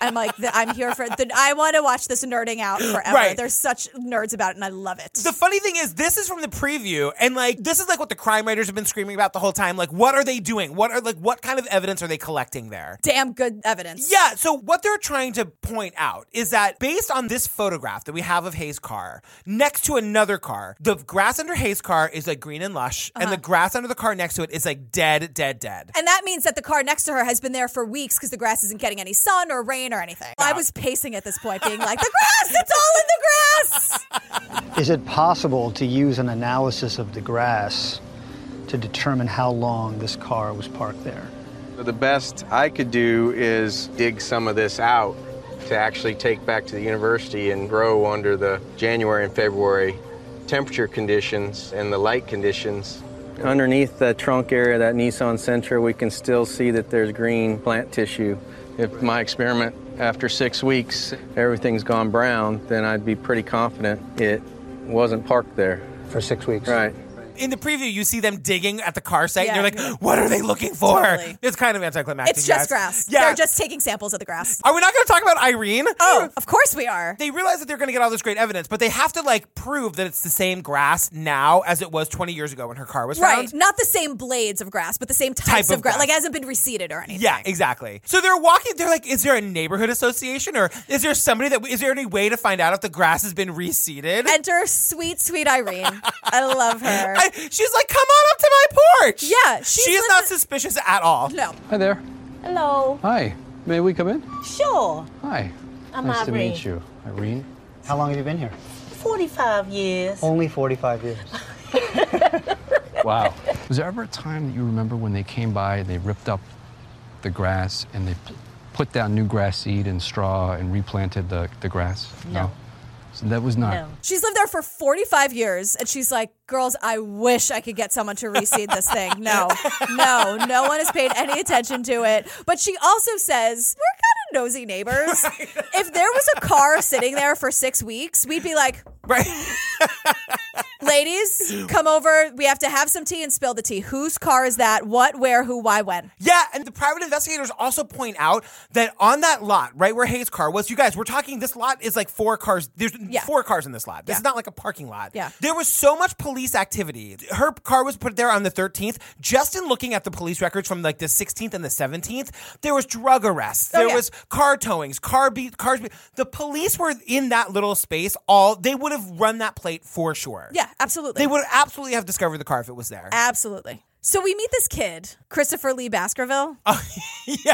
[SPEAKER 2] I'm like, th- I'm here for the, I want to watch this nerding out forever.
[SPEAKER 1] Right.
[SPEAKER 2] There's such nerds about it, and I love it.
[SPEAKER 1] The funny thing is, this is from the preview, and like this is like what the crime writers have been screaming about the whole time. Like, what are they doing? What are like what kind of evidence are they collecting there?
[SPEAKER 2] Damn good evidence.
[SPEAKER 1] Yeah, so what they're trying to point out is that based on this photograph that we have of Hayes' car next to another car, the grass under Hayes' car is like green and lush, and the
[SPEAKER 2] Uh-huh.
[SPEAKER 1] grass under the car next to it is like dead, dead, dead.
[SPEAKER 2] And that means that the car next to her has been there for weeks because the grass isn't getting any sun or rain or anything. I was pacing at this point, being like, the grass, it's all in the grass.
[SPEAKER 11] Is it possible to use an analysis of the grass to determine how long this car was parked there?
[SPEAKER 10] The best I could do is dig some of this out to actually take back to the university and grow under the January and February temperature conditions and the light conditions.
[SPEAKER 22] Underneath the trunk area of that Nissan Sentra, we can still see that there's green plant tissue. If my experiment after six weeks, everything's gone brown, then I'd be pretty confident it wasn't parked there.
[SPEAKER 11] For six weeks.
[SPEAKER 22] Right.
[SPEAKER 1] In the preview, you see them digging at the car site,
[SPEAKER 2] Yeah.
[SPEAKER 1] and you're like, what are they looking for?
[SPEAKER 2] Totally.
[SPEAKER 1] It's kind of anticlimactic.
[SPEAKER 2] It's just
[SPEAKER 1] yes.
[SPEAKER 2] grass.
[SPEAKER 1] Yeah.
[SPEAKER 2] They're just taking samples of the grass.
[SPEAKER 1] Are we not going to talk about Irene?
[SPEAKER 2] Oh, of course we are.
[SPEAKER 1] They realize that they're going to get all this great evidence, but they have to like prove that it's the same grass now as it was 20 years ago when her car was
[SPEAKER 2] Right.
[SPEAKER 1] found.
[SPEAKER 2] Not the same blades of grass, but the same types
[SPEAKER 1] Type
[SPEAKER 2] of,
[SPEAKER 1] of
[SPEAKER 2] grass.
[SPEAKER 1] grass.
[SPEAKER 2] Like, it hasn't been reseeded or anything.
[SPEAKER 1] Yeah, exactly. So they're walking. They're like, is there a neighborhood association, or is there somebody that is there any way to find out if the grass has been reseeded?
[SPEAKER 2] Enter sweet, sweet Irene. I love her.
[SPEAKER 1] I- she's like, come on up to my porch.
[SPEAKER 2] Yeah, she's
[SPEAKER 1] she is not suspicious at all.
[SPEAKER 2] No.
[SPEAKER 22] Hi there.
[SPEAKER 23] Hello.
[SPEAKER 22] Hi. May we come in?
[SPEAKER 23] Sure.
[SPEAKER 22] Hi.
[SPEAKER 23] I'm
[SPEAKER 22] nice to
[SPEAKER 23] Irene.
[SPEAKER 22] meet you, Irene.
[SPEAKER 11] How long have you been here?
[SPEAKER 23] 45
[SPEAKER 22] Oh.
[SPEAKER 23] years.
[SPEAKER 11] Only 45 years.
[SPEAKER 22] Wow. Was there ever a time that you remember when they came by and they ripped up the grass and they p- put down new grass seed and straw and replanted the, the grass? No. So that was not.
[SPEAKER 2] She's lived there for 45 years, and she's like, Girls, I wish I could get someone to reseed this thing. No, no, no one has paid any attention to it. But she also says, We're kind of nosy neighbors. If there was a car sitting there for six weeks, we'd be like, Ladies, come over. We have to have some tea and spill the tea. Whose car is that? What, where, who, why, when?
[SPEAKER 1] Yeah, and the private investigators also point out that on that lot, right where Hayes' car was, you guys, we're talking this lot is like four cars. There's four cars in this lot. This is not like a parking lot.
[SPEAKER 2] Yeah.
[SPEAKER 1] There was so much police activity. Her car was put there on the 13th. Just in looking at the police records from like the 16th and the 17th, there was drug arrests.
[SPEAKER 24] Oh,
[SPEAKER 1] there
[SPEAKER 24] yeah.
[SPEAKER 1] was car towings, car be- cars. Be- the police were in that little space. All they would have run that plate for sure.
[SPEAKER 2] Yeah, absolutely.
[SPEAKER 1] They would absolutely have discovered the car if it was there.
[SPEAKER 2] Absolutely. So we meet this kid, Christopher Lee Baskerville. Oh, yeah.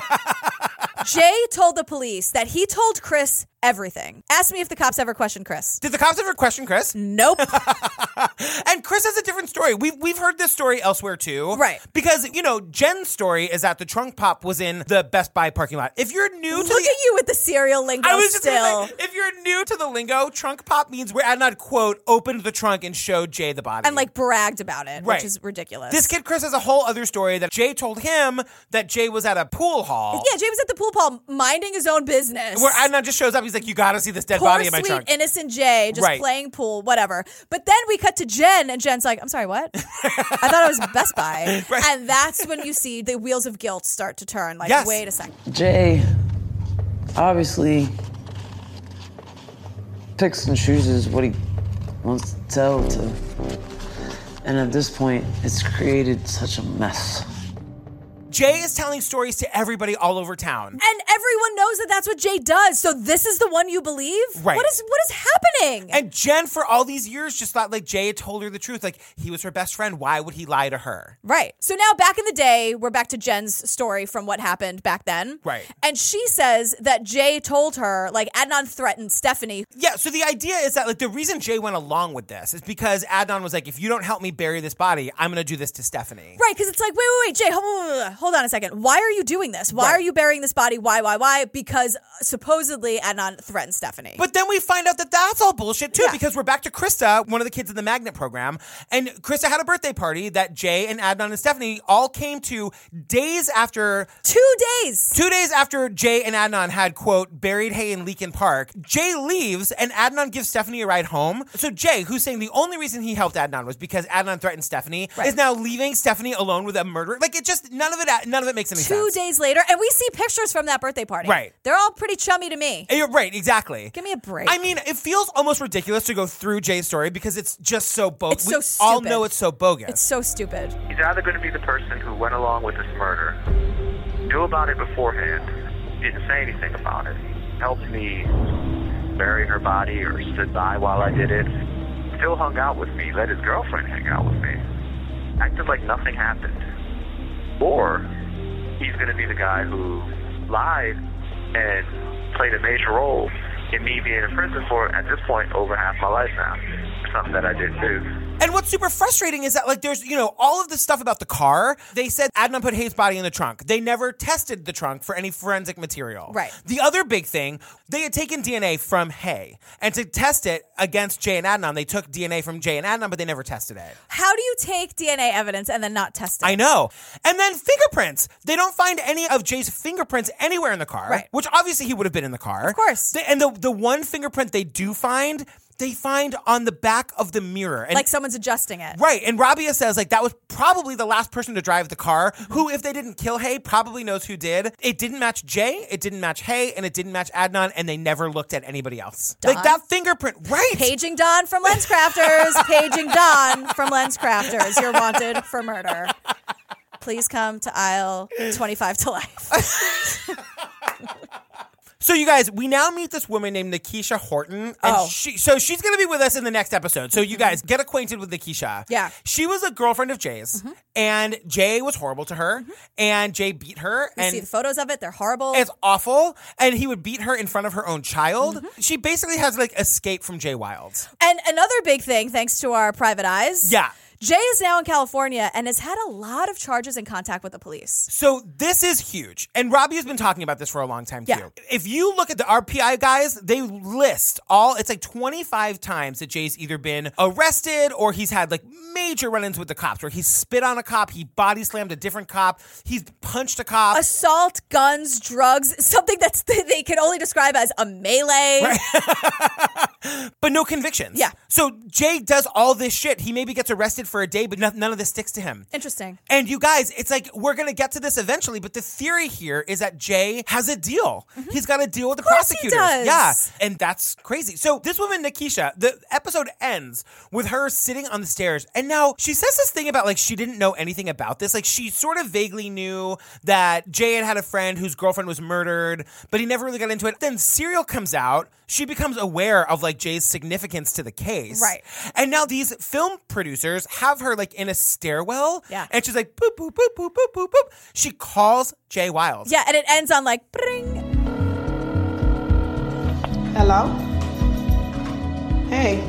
[SPEAKER 2] Jay told the police that he told Chris everything. Ask me if the cops ever questioned Chris.
[SPEAKER 1] Did the cops ever question Chris?
[SPEAKER 2] Nope.
[SPEAKER 1] and Chris has a different story. We've we've heard this story elsewhere too. Right. Because, you know, Jen's story is that the trunk pop was in the Best Buy parking lot. If you're new to
[SPEAKER 2] Look
[SPEAKER 1] the
[SPEAKER 2] at you with the serial lingo
[SPEAKER 1] I was just
[SPEAKER 2] still.
[SPEAKER 1] gonna say, if you're new to the lingo, trunk pop means where Adnan quote opened the trunk and showed Jay the body.
[SPEAKER 2] and like bragged about it,
[SPEAKER 1] Right.
[SPEAKER 2] which is ridiculous.
[SPEAKER 1] this kid Chris has a whole other story that Jay told him that Jay was at a pool hall.
[SPEAKER 2] Yeah, Jay was at the pool hall minding his own business.
[SPEAKER 1] Where Adnan just shows up. He's He's like, you got to see this dead
[SPEAKER 2] Poor
[SPEAKER 1] body in my
[SPEAKER 2] sweet
[SPEAKER 1] trunk.
[SPEAKER 2] innocent Jay just
[SPEAKER 1] Right.
[SPEAKER 2] playing pool, whatever. But then we cut to Jen, and Jen's like, "I'm sorry, what? I thought it was Best Buy." And that's when you see the wheels of guilt start to turn. Like,
[SPEAKER 18] Yes.
[SPEAKER 2] wait a second.
[SPEAKER 18] Jay obviously picks and chooses what he wants to tell to. And at this point, it's created such a mess.
[SPEAKER 1] Jay is telling stories to everybody all over town.
[SPEAKER 2] And everyone knows that that's what Jay does. So this is the one you believe.
[SPEAKER 1] Right.
[SPEAKER 2] What is what is happening?
[SPEAKER 1] And Jen, for all these years, just thought like Jay had told her the truth. Like he was her best friend. Why would he lie to her?
[SPEAKER 2] Right. So now back in the day, we're back to Jen's story from what happened back then.
[SPEAKER 1] Right.
[SPEAKER 2] And she says that Jay told her, like, Adnan threatened Stephanie.
[SPEAKER 1] Yeah, so the idea is that like the reason Jay went along with this is because Adnan was like, if you don't help me bury this body, I'm gonna do this to Stephanie.
[SPEAKER 2] Right, because it's like, wait, wait, wait, Jay, hold, hold- hold- hold on a second. Why are you doing this? Why are you burying this body? Why, why, why? Because uh, supposedly Adnan threatened Stephanie.
[SPEAKER 1] But then we find out that that's all bullshit too, because we're back to Krista, one of the kids in the magnet program, and Krista had a birthday party that Jay and Adnan and Stephanie all came to days after
[SPEAKER 2] two days,
[SPEAKER 1] two days after Jay and Adnan had quote buried hay in Leakin Park. Jay leaves and Adnan gives Stephanie a ride home. So Jay, who's saying the only reason he helped Adnan was because Adnan threatened Stephanie, is now leaving Stephanie alone with a murderer. Like it just none of it none of it makes any
[SPEAKER 2] Two
[SPEAKER 1] sense.
[SPEAKER 2] days later, and we see pictures from that birthday party.
[SPEAKER 1] Right.
[SPEAKER 2] They're all pretty chummy to me.
[SPEAKER 1] Eh, You're right, exactly.
[SPEAKER 2] Give me a break.
[SPEAKER 1] I mean, it feels almost ridiculous to go through Jay's story because it's just so bogus.
[SPEAKER 2] It's
[SPEAKER 1] we
[SPEAKER 2] so
[SPEAKER 1] all
[SPEAKER 2] stupid.
[SPEAKER 1] know it's so bogus.
[SPEAKER 2] it's so stupid.
[SPEAKER 4] He's either going to be the person who went along with this murder, knew about it beforehand, didn't say anything about it, helped me bury her body or stood by while I did it, still hung out with me, let his girlfriend hang out with me, acted like nothing happened. Or he's going to be the guy who lied and played a major role in me being in prison for, at this point, over half my life now. Something that I didn't do.
[SPEAKER 1] And what's super frustrating is that, like, there's, you know, all of this stuff about the car. They said Adnan put Hayes' body in the trunk. They never tested the trunk for any forensic material.
[SPEAKER 2] Right.
[SPEAKER 1] The other big thing, they had taken DNA from Hay. And to test it against Jay and Adnan, they took DNA from Jay and Adnan, but they never tested it.
[SPEAKER 2] How do you take DNA evidence and then not test it?
[SPEAKER 1] I know. And then fingerprints. They don't find any of Jay's fingerprints anywhere in the car,
[SPEAKER 2] Right.
[SPEAKER 1] which obviously he would have been in the car. Of course. and the, the one fingerprint they do find, they find on the back of the mirror. And
[SPEAKER 2] like someone's adjusting it.
[SPEAKER 1] Right. And Rabia says, like, that was probably the last person to drive the car, who, if they didn't kill Hay, probably knows who did. It didn't match Jay, it didn't match Hay, and it didn't match Adnan, and they never looked at anybody else. Like,
[SPEAKER 2] Don?
[SPEAKER 1] that fingerprint, right?
[SPEAKER 2] Paging Don from Lenscrafters. Paging Don from Lenscrafters. You're wanted for murder. Please come to aisle 25 to life.
[SPEAKER 1] So, you guys, we now meet this woman named Nikisha Horton. And
[SPEAKER 2] Oh. Mm-hmm.
[SPEAKER 1] she, so she's going to be with us in the next episode. So, you guys, get acquainted with Nikisha.
[SPEAKER 2] Yeah. Mm-hmm.
[SPEAKER 1] She was a girlfriend of Jay's, and Jay was horrible to her, and Jay beat her.
[SPEAKER 2] You
[SPEAKER 1] and
[SPEAKER 2] see the photos of it. They're horrible.
[SPEAKER 1] It's awful. And he would beat her in front of her own child.
[SPEAKER 2] Mm-hmm.
[SPEAKER 1] She basically has like escape from Jay Wild.
[SPEAKER 2] and another big thing, thanks to our private eyes.
[SPEAKER 1] Yeah.
[SPEAKER 2] Jay is now in California and has had a lot of charges and contact with the police.
[SPEAKER 1] So this is huge. And Robbie has been talking about this for a long time too.
[SPEAKER 2] Yeah.
[SPEAKER 1] If you look at the RPI guys, they list all it's like 25 times that Jay's either been arrested or he's had like major run-ins with the cops where he spit on a cop, he body slammed a different cop, he's punched a cop.
[SPEAKER 2] Assault, guns, drugs, something that's they can only describe as a melee.
[SPEAKER 1] but no convictions. Yeah. So Jay does all this shit. He maybe gets arrested for a day, but no- none of this sticks to him.
[SPEAKER 2] Interesting.
[SPEAKER 1] And you guys, it's like we're gonna get to this eventually, but the theory here is that Jay has a deal. He's got a deal with the
[SPEAKER 2] Mm-hmm. course he
[SPEAKER 1] prosecutors.
[SPEAKER 2] does.
[SPEAKER 1] Yeah, and that's crazy. So this woman, Nikisha, the episode ends with her sitting on the stairs, and now she says this thing about like she didn't know anything about this. Like she sort of vaguely knew that Jay had had a friend whose girlfriend was murdered, but he never really got into it. Then Serial comes out. She becomes aware of like Jay's significance to the case.
[SPEAKER 2] Right.
[SPEAKER 1] And now these film producers have her like in a stairwell.
[SPEAKER 2] Yeah.
[SPEAKER 1] And she's like, boop, boop, boop, boop, boop, boop, boop. She calls Jay Wiles.
[SPEAKER 2] Yeah, and it ends on like bring. Hello. Hey.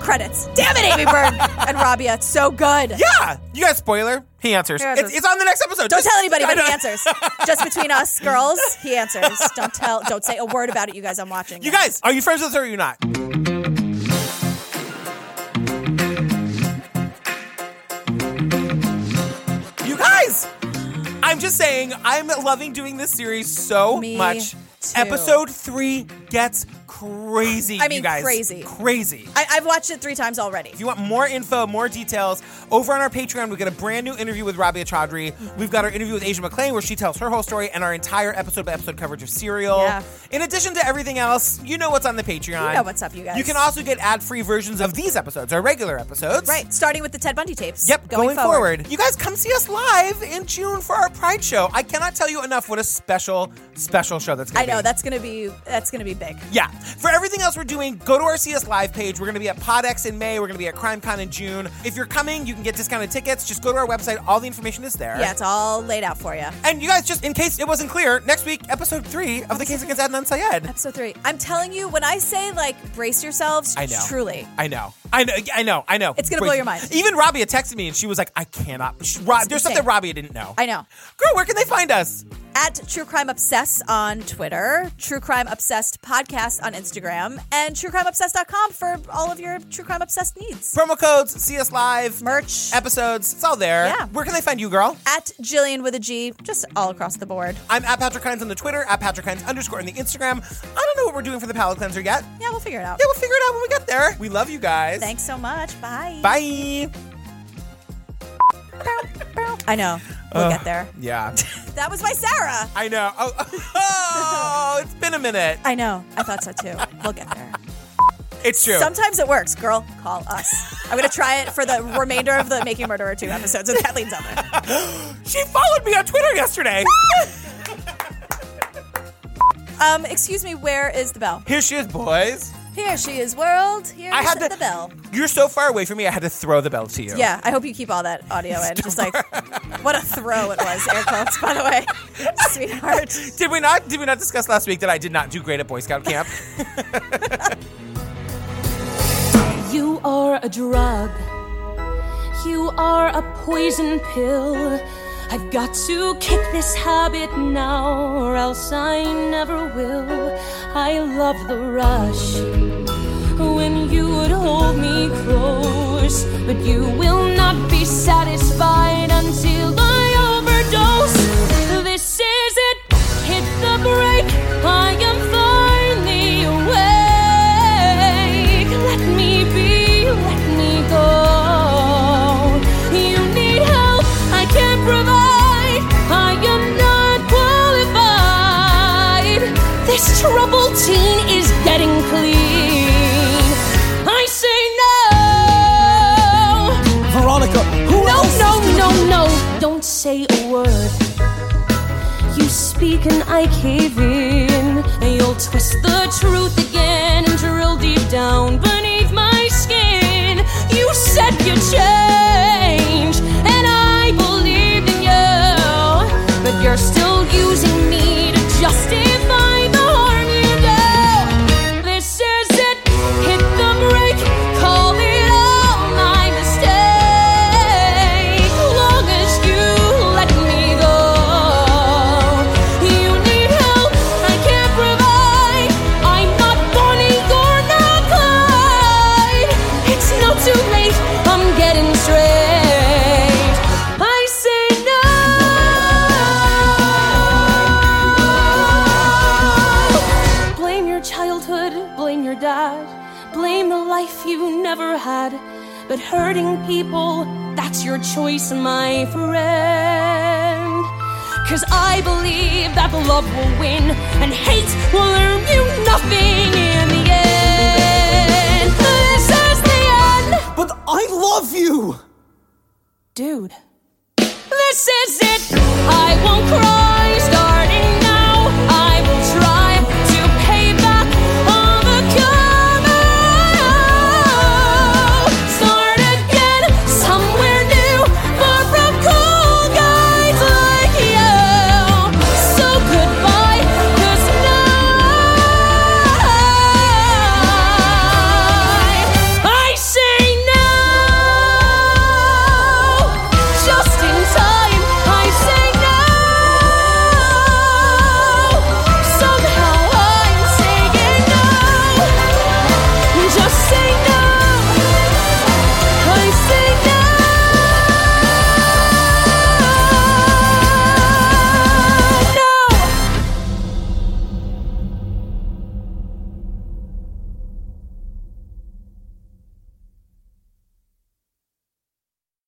[SPEAKER 2] Credits. Damn it, Amy Bird and Rabia. It's so good.
[SPEAKER 1] Yeah. You got a spoiler. He answers.
[SPEAKER 2] He answers.
[SPEAKER 1] It's, it's on the next episode.
[SPEAKER 2] Don't
[SPEAKER 1] Just-
[SPEAKER 2] tell anybody,
[SPEAKER 1] I
[SPEAKER 2] but
[SPEAKER 1] know.
[SPEAKER 2] he answers. Just between us girls, he answers. Don't tell. Don't say a word about it, you guys. I'm watching.
[SPEAKER 1] You guys, are you friends with her or are you not? You guys, I'm just saying, I'm loving doing this series so
[SPEAKER 2] Me
[SPEAKER 1] much. Episode three gets crazy.
[SPEAKER 2] I mean,
[SPEAKER 1] you guys.
[SPEAKER 2] crazy.
[SPEAKER 1] Crazy.
[SPEAKER 2] I, I've watched it three times already.
[SPEAKER 1] If you want more info, more details, over on our Patreon, we've got a brand new interview with Rabia Chaudhry. We've got our interview with Asia McClain, where she tells her whole story and our entire episode by episode coverage of Serial.
[SPEAKER 2] Yeah.
[SPEAKER 1] In addition to everything else, you know what's on the Patreon.
[SPEAKER 2] You know what's up, you guys.
[SPEAKER 1] You can also get ad free versions of these episodes, our regular episodes.
[SPEAKER 2] Right, starting with the Ted Bundy tapes.
[SPEAKER 1] Yep, going, forward. You guys come see us live in June for our Pride Show. I cannot tell you enough what a special, special show that's going
[SPEAKER 2] I
[SPEAKER 1] to be.
[SPEAKER 2] know that's gonna be that's gonna be big.
[SPEAKER 1] Yeah. For everything else we're doing, go to our CS Live page. We're going to be at PodX in May. We're going to be at CrimeCon in June. If you're coming, you can get discounted tickets. Just go to our website. All the information is there.
[SPEAKER 2] Yeah, it's all laid out for you.
[SPEAKER 1] And you guys, just in case it wasn't clear, next week, episode three of the case against Adnan Syed.
[SPEAKER 2] Episode three. I'm telling you, when I say like brace yourselves,
[SPEAKER 1] I know.
[SPEAKER 2] truly.
[SPEAKER 1] I know. I know. I know. I know.
[SPEAKER 2] It's gonna
[SPEAKER 1] Wait.
[SPEAKER 2] blow your mind.
[SPEAKER 1] Even Rabia texted me and she was like, I cannot. Sh- Ra- There's something
[SPEAKER 2] insane.
[SPEAKER 1] Rabia didn't know.
[SPEAKER 2] I know.
[SPEAKER 1] Girl, where can they find us?
[SPEAKER 2] At True Crime Obsess on Twitter, True Crime Obsessed Podcast on Instagram, and TrueCrimeObsessed.com for all of your True Crime Obsessed needs.
[SPEAKER 1] Promo codes, CS Live,
[SPEAKER 2] merch,
[SPEAKER 1] episodes. It's all there.
[SPEAKER 2] Yeah.
[SPEAKER 1] Where can they find you, girl?
[SPEAKER 2] At Jillian with a G, just all across the board.
[SPEAKER 1] I'm at Patrick Hines on the Twitter, at Patrick Hines underscore on the Instagram. I don't know what we're doing for the palate cleanser yet.
[SPEAKER 2] Yeah, we'll figure it out.
[SPEAKER 1] Yeah, we'll figure it out when we get there. We love you guys.
[SPEAKER 2] Thanks so much. Bye.
[SPEAKER 1] Bye.
[SPEAKER 2] I know. We'll
[SPEAKER 1] Ugh.
[SPEAKER 2] get there.
[SPEAKER 1] Yeah.
[SPEAKER 2] That was my Sarah.
[SPEAKER 1] I know. Oh, oh, it's been a minute.
[SPEAKER 2] I know. I thought so too. We'll get there.
[SPEAKER 1] It's true.
[SPEAKER 2] Sometimes it works, girl. Call us. I'm gonna try it for the remainder of the Making Murderer 2 episodes with Kathleen's on there.
[SPEAKER 1] she followed me on Twitter yesterday.
[SPEAKER 2] Um, excuse me, where is the bell?
[SPEAKER 1] Here she is, boys.
[SPEAKER 2] Here she is, world. Here's
[SPEAKER 1] I had
[SPEAKER 2] the,
[SPEAKER 1] to-
[SPEAKER 2] bell.
[SPEAKER 1] You're so far away from me, I had to throw the bell to you.
[SPEAKER 2] Yeah, I hope you keep all that audio in. Just like what a throw it was, air quotes, by the way. Sweetheart.
[SPEAKER 1] Did we not did we not discuss last week that I did not do great at Boy Scout camp?
[SPEAKER 5] You are a drug. You are a poison pill. I've got to kick this habit now, or else I never will. I love the rush when you would hold me close, but you will not be satisfied until I overdose. This is it. Hit the brake. I am finally awake. Let me be, let me go. You need help, I can't provide. I am not qualified. This troubled teen is getting clean. I say no.
[SPEAKER 8] Veronica, who
[SPEAKER 5] No,
[SPEAKER 8] else?
[SPEAKER 5] no, no, no. Don't say a word. You speak and I cave in. You'll twist the truth again and drill deep down beneath my skin. You said you'd change, and I believed in you. But you're still using me to justify the harm you do. This is it. Hit the brake. Call it all my mistake. Long as you let me go. You need help. I can't provide. I'm not Bonnie or not Clyde. It's not too late. I'm getting straight. I say no. Blame your childhood. Blame your dad. Blame the life you never had. But hurting people, that's your choice, my friend. Cause I believe that love will win and hate will learn you nothing in the end. This is the end.
[SPEAKER 8] But I love you!
[SPEAKER 5] Dude. This is it.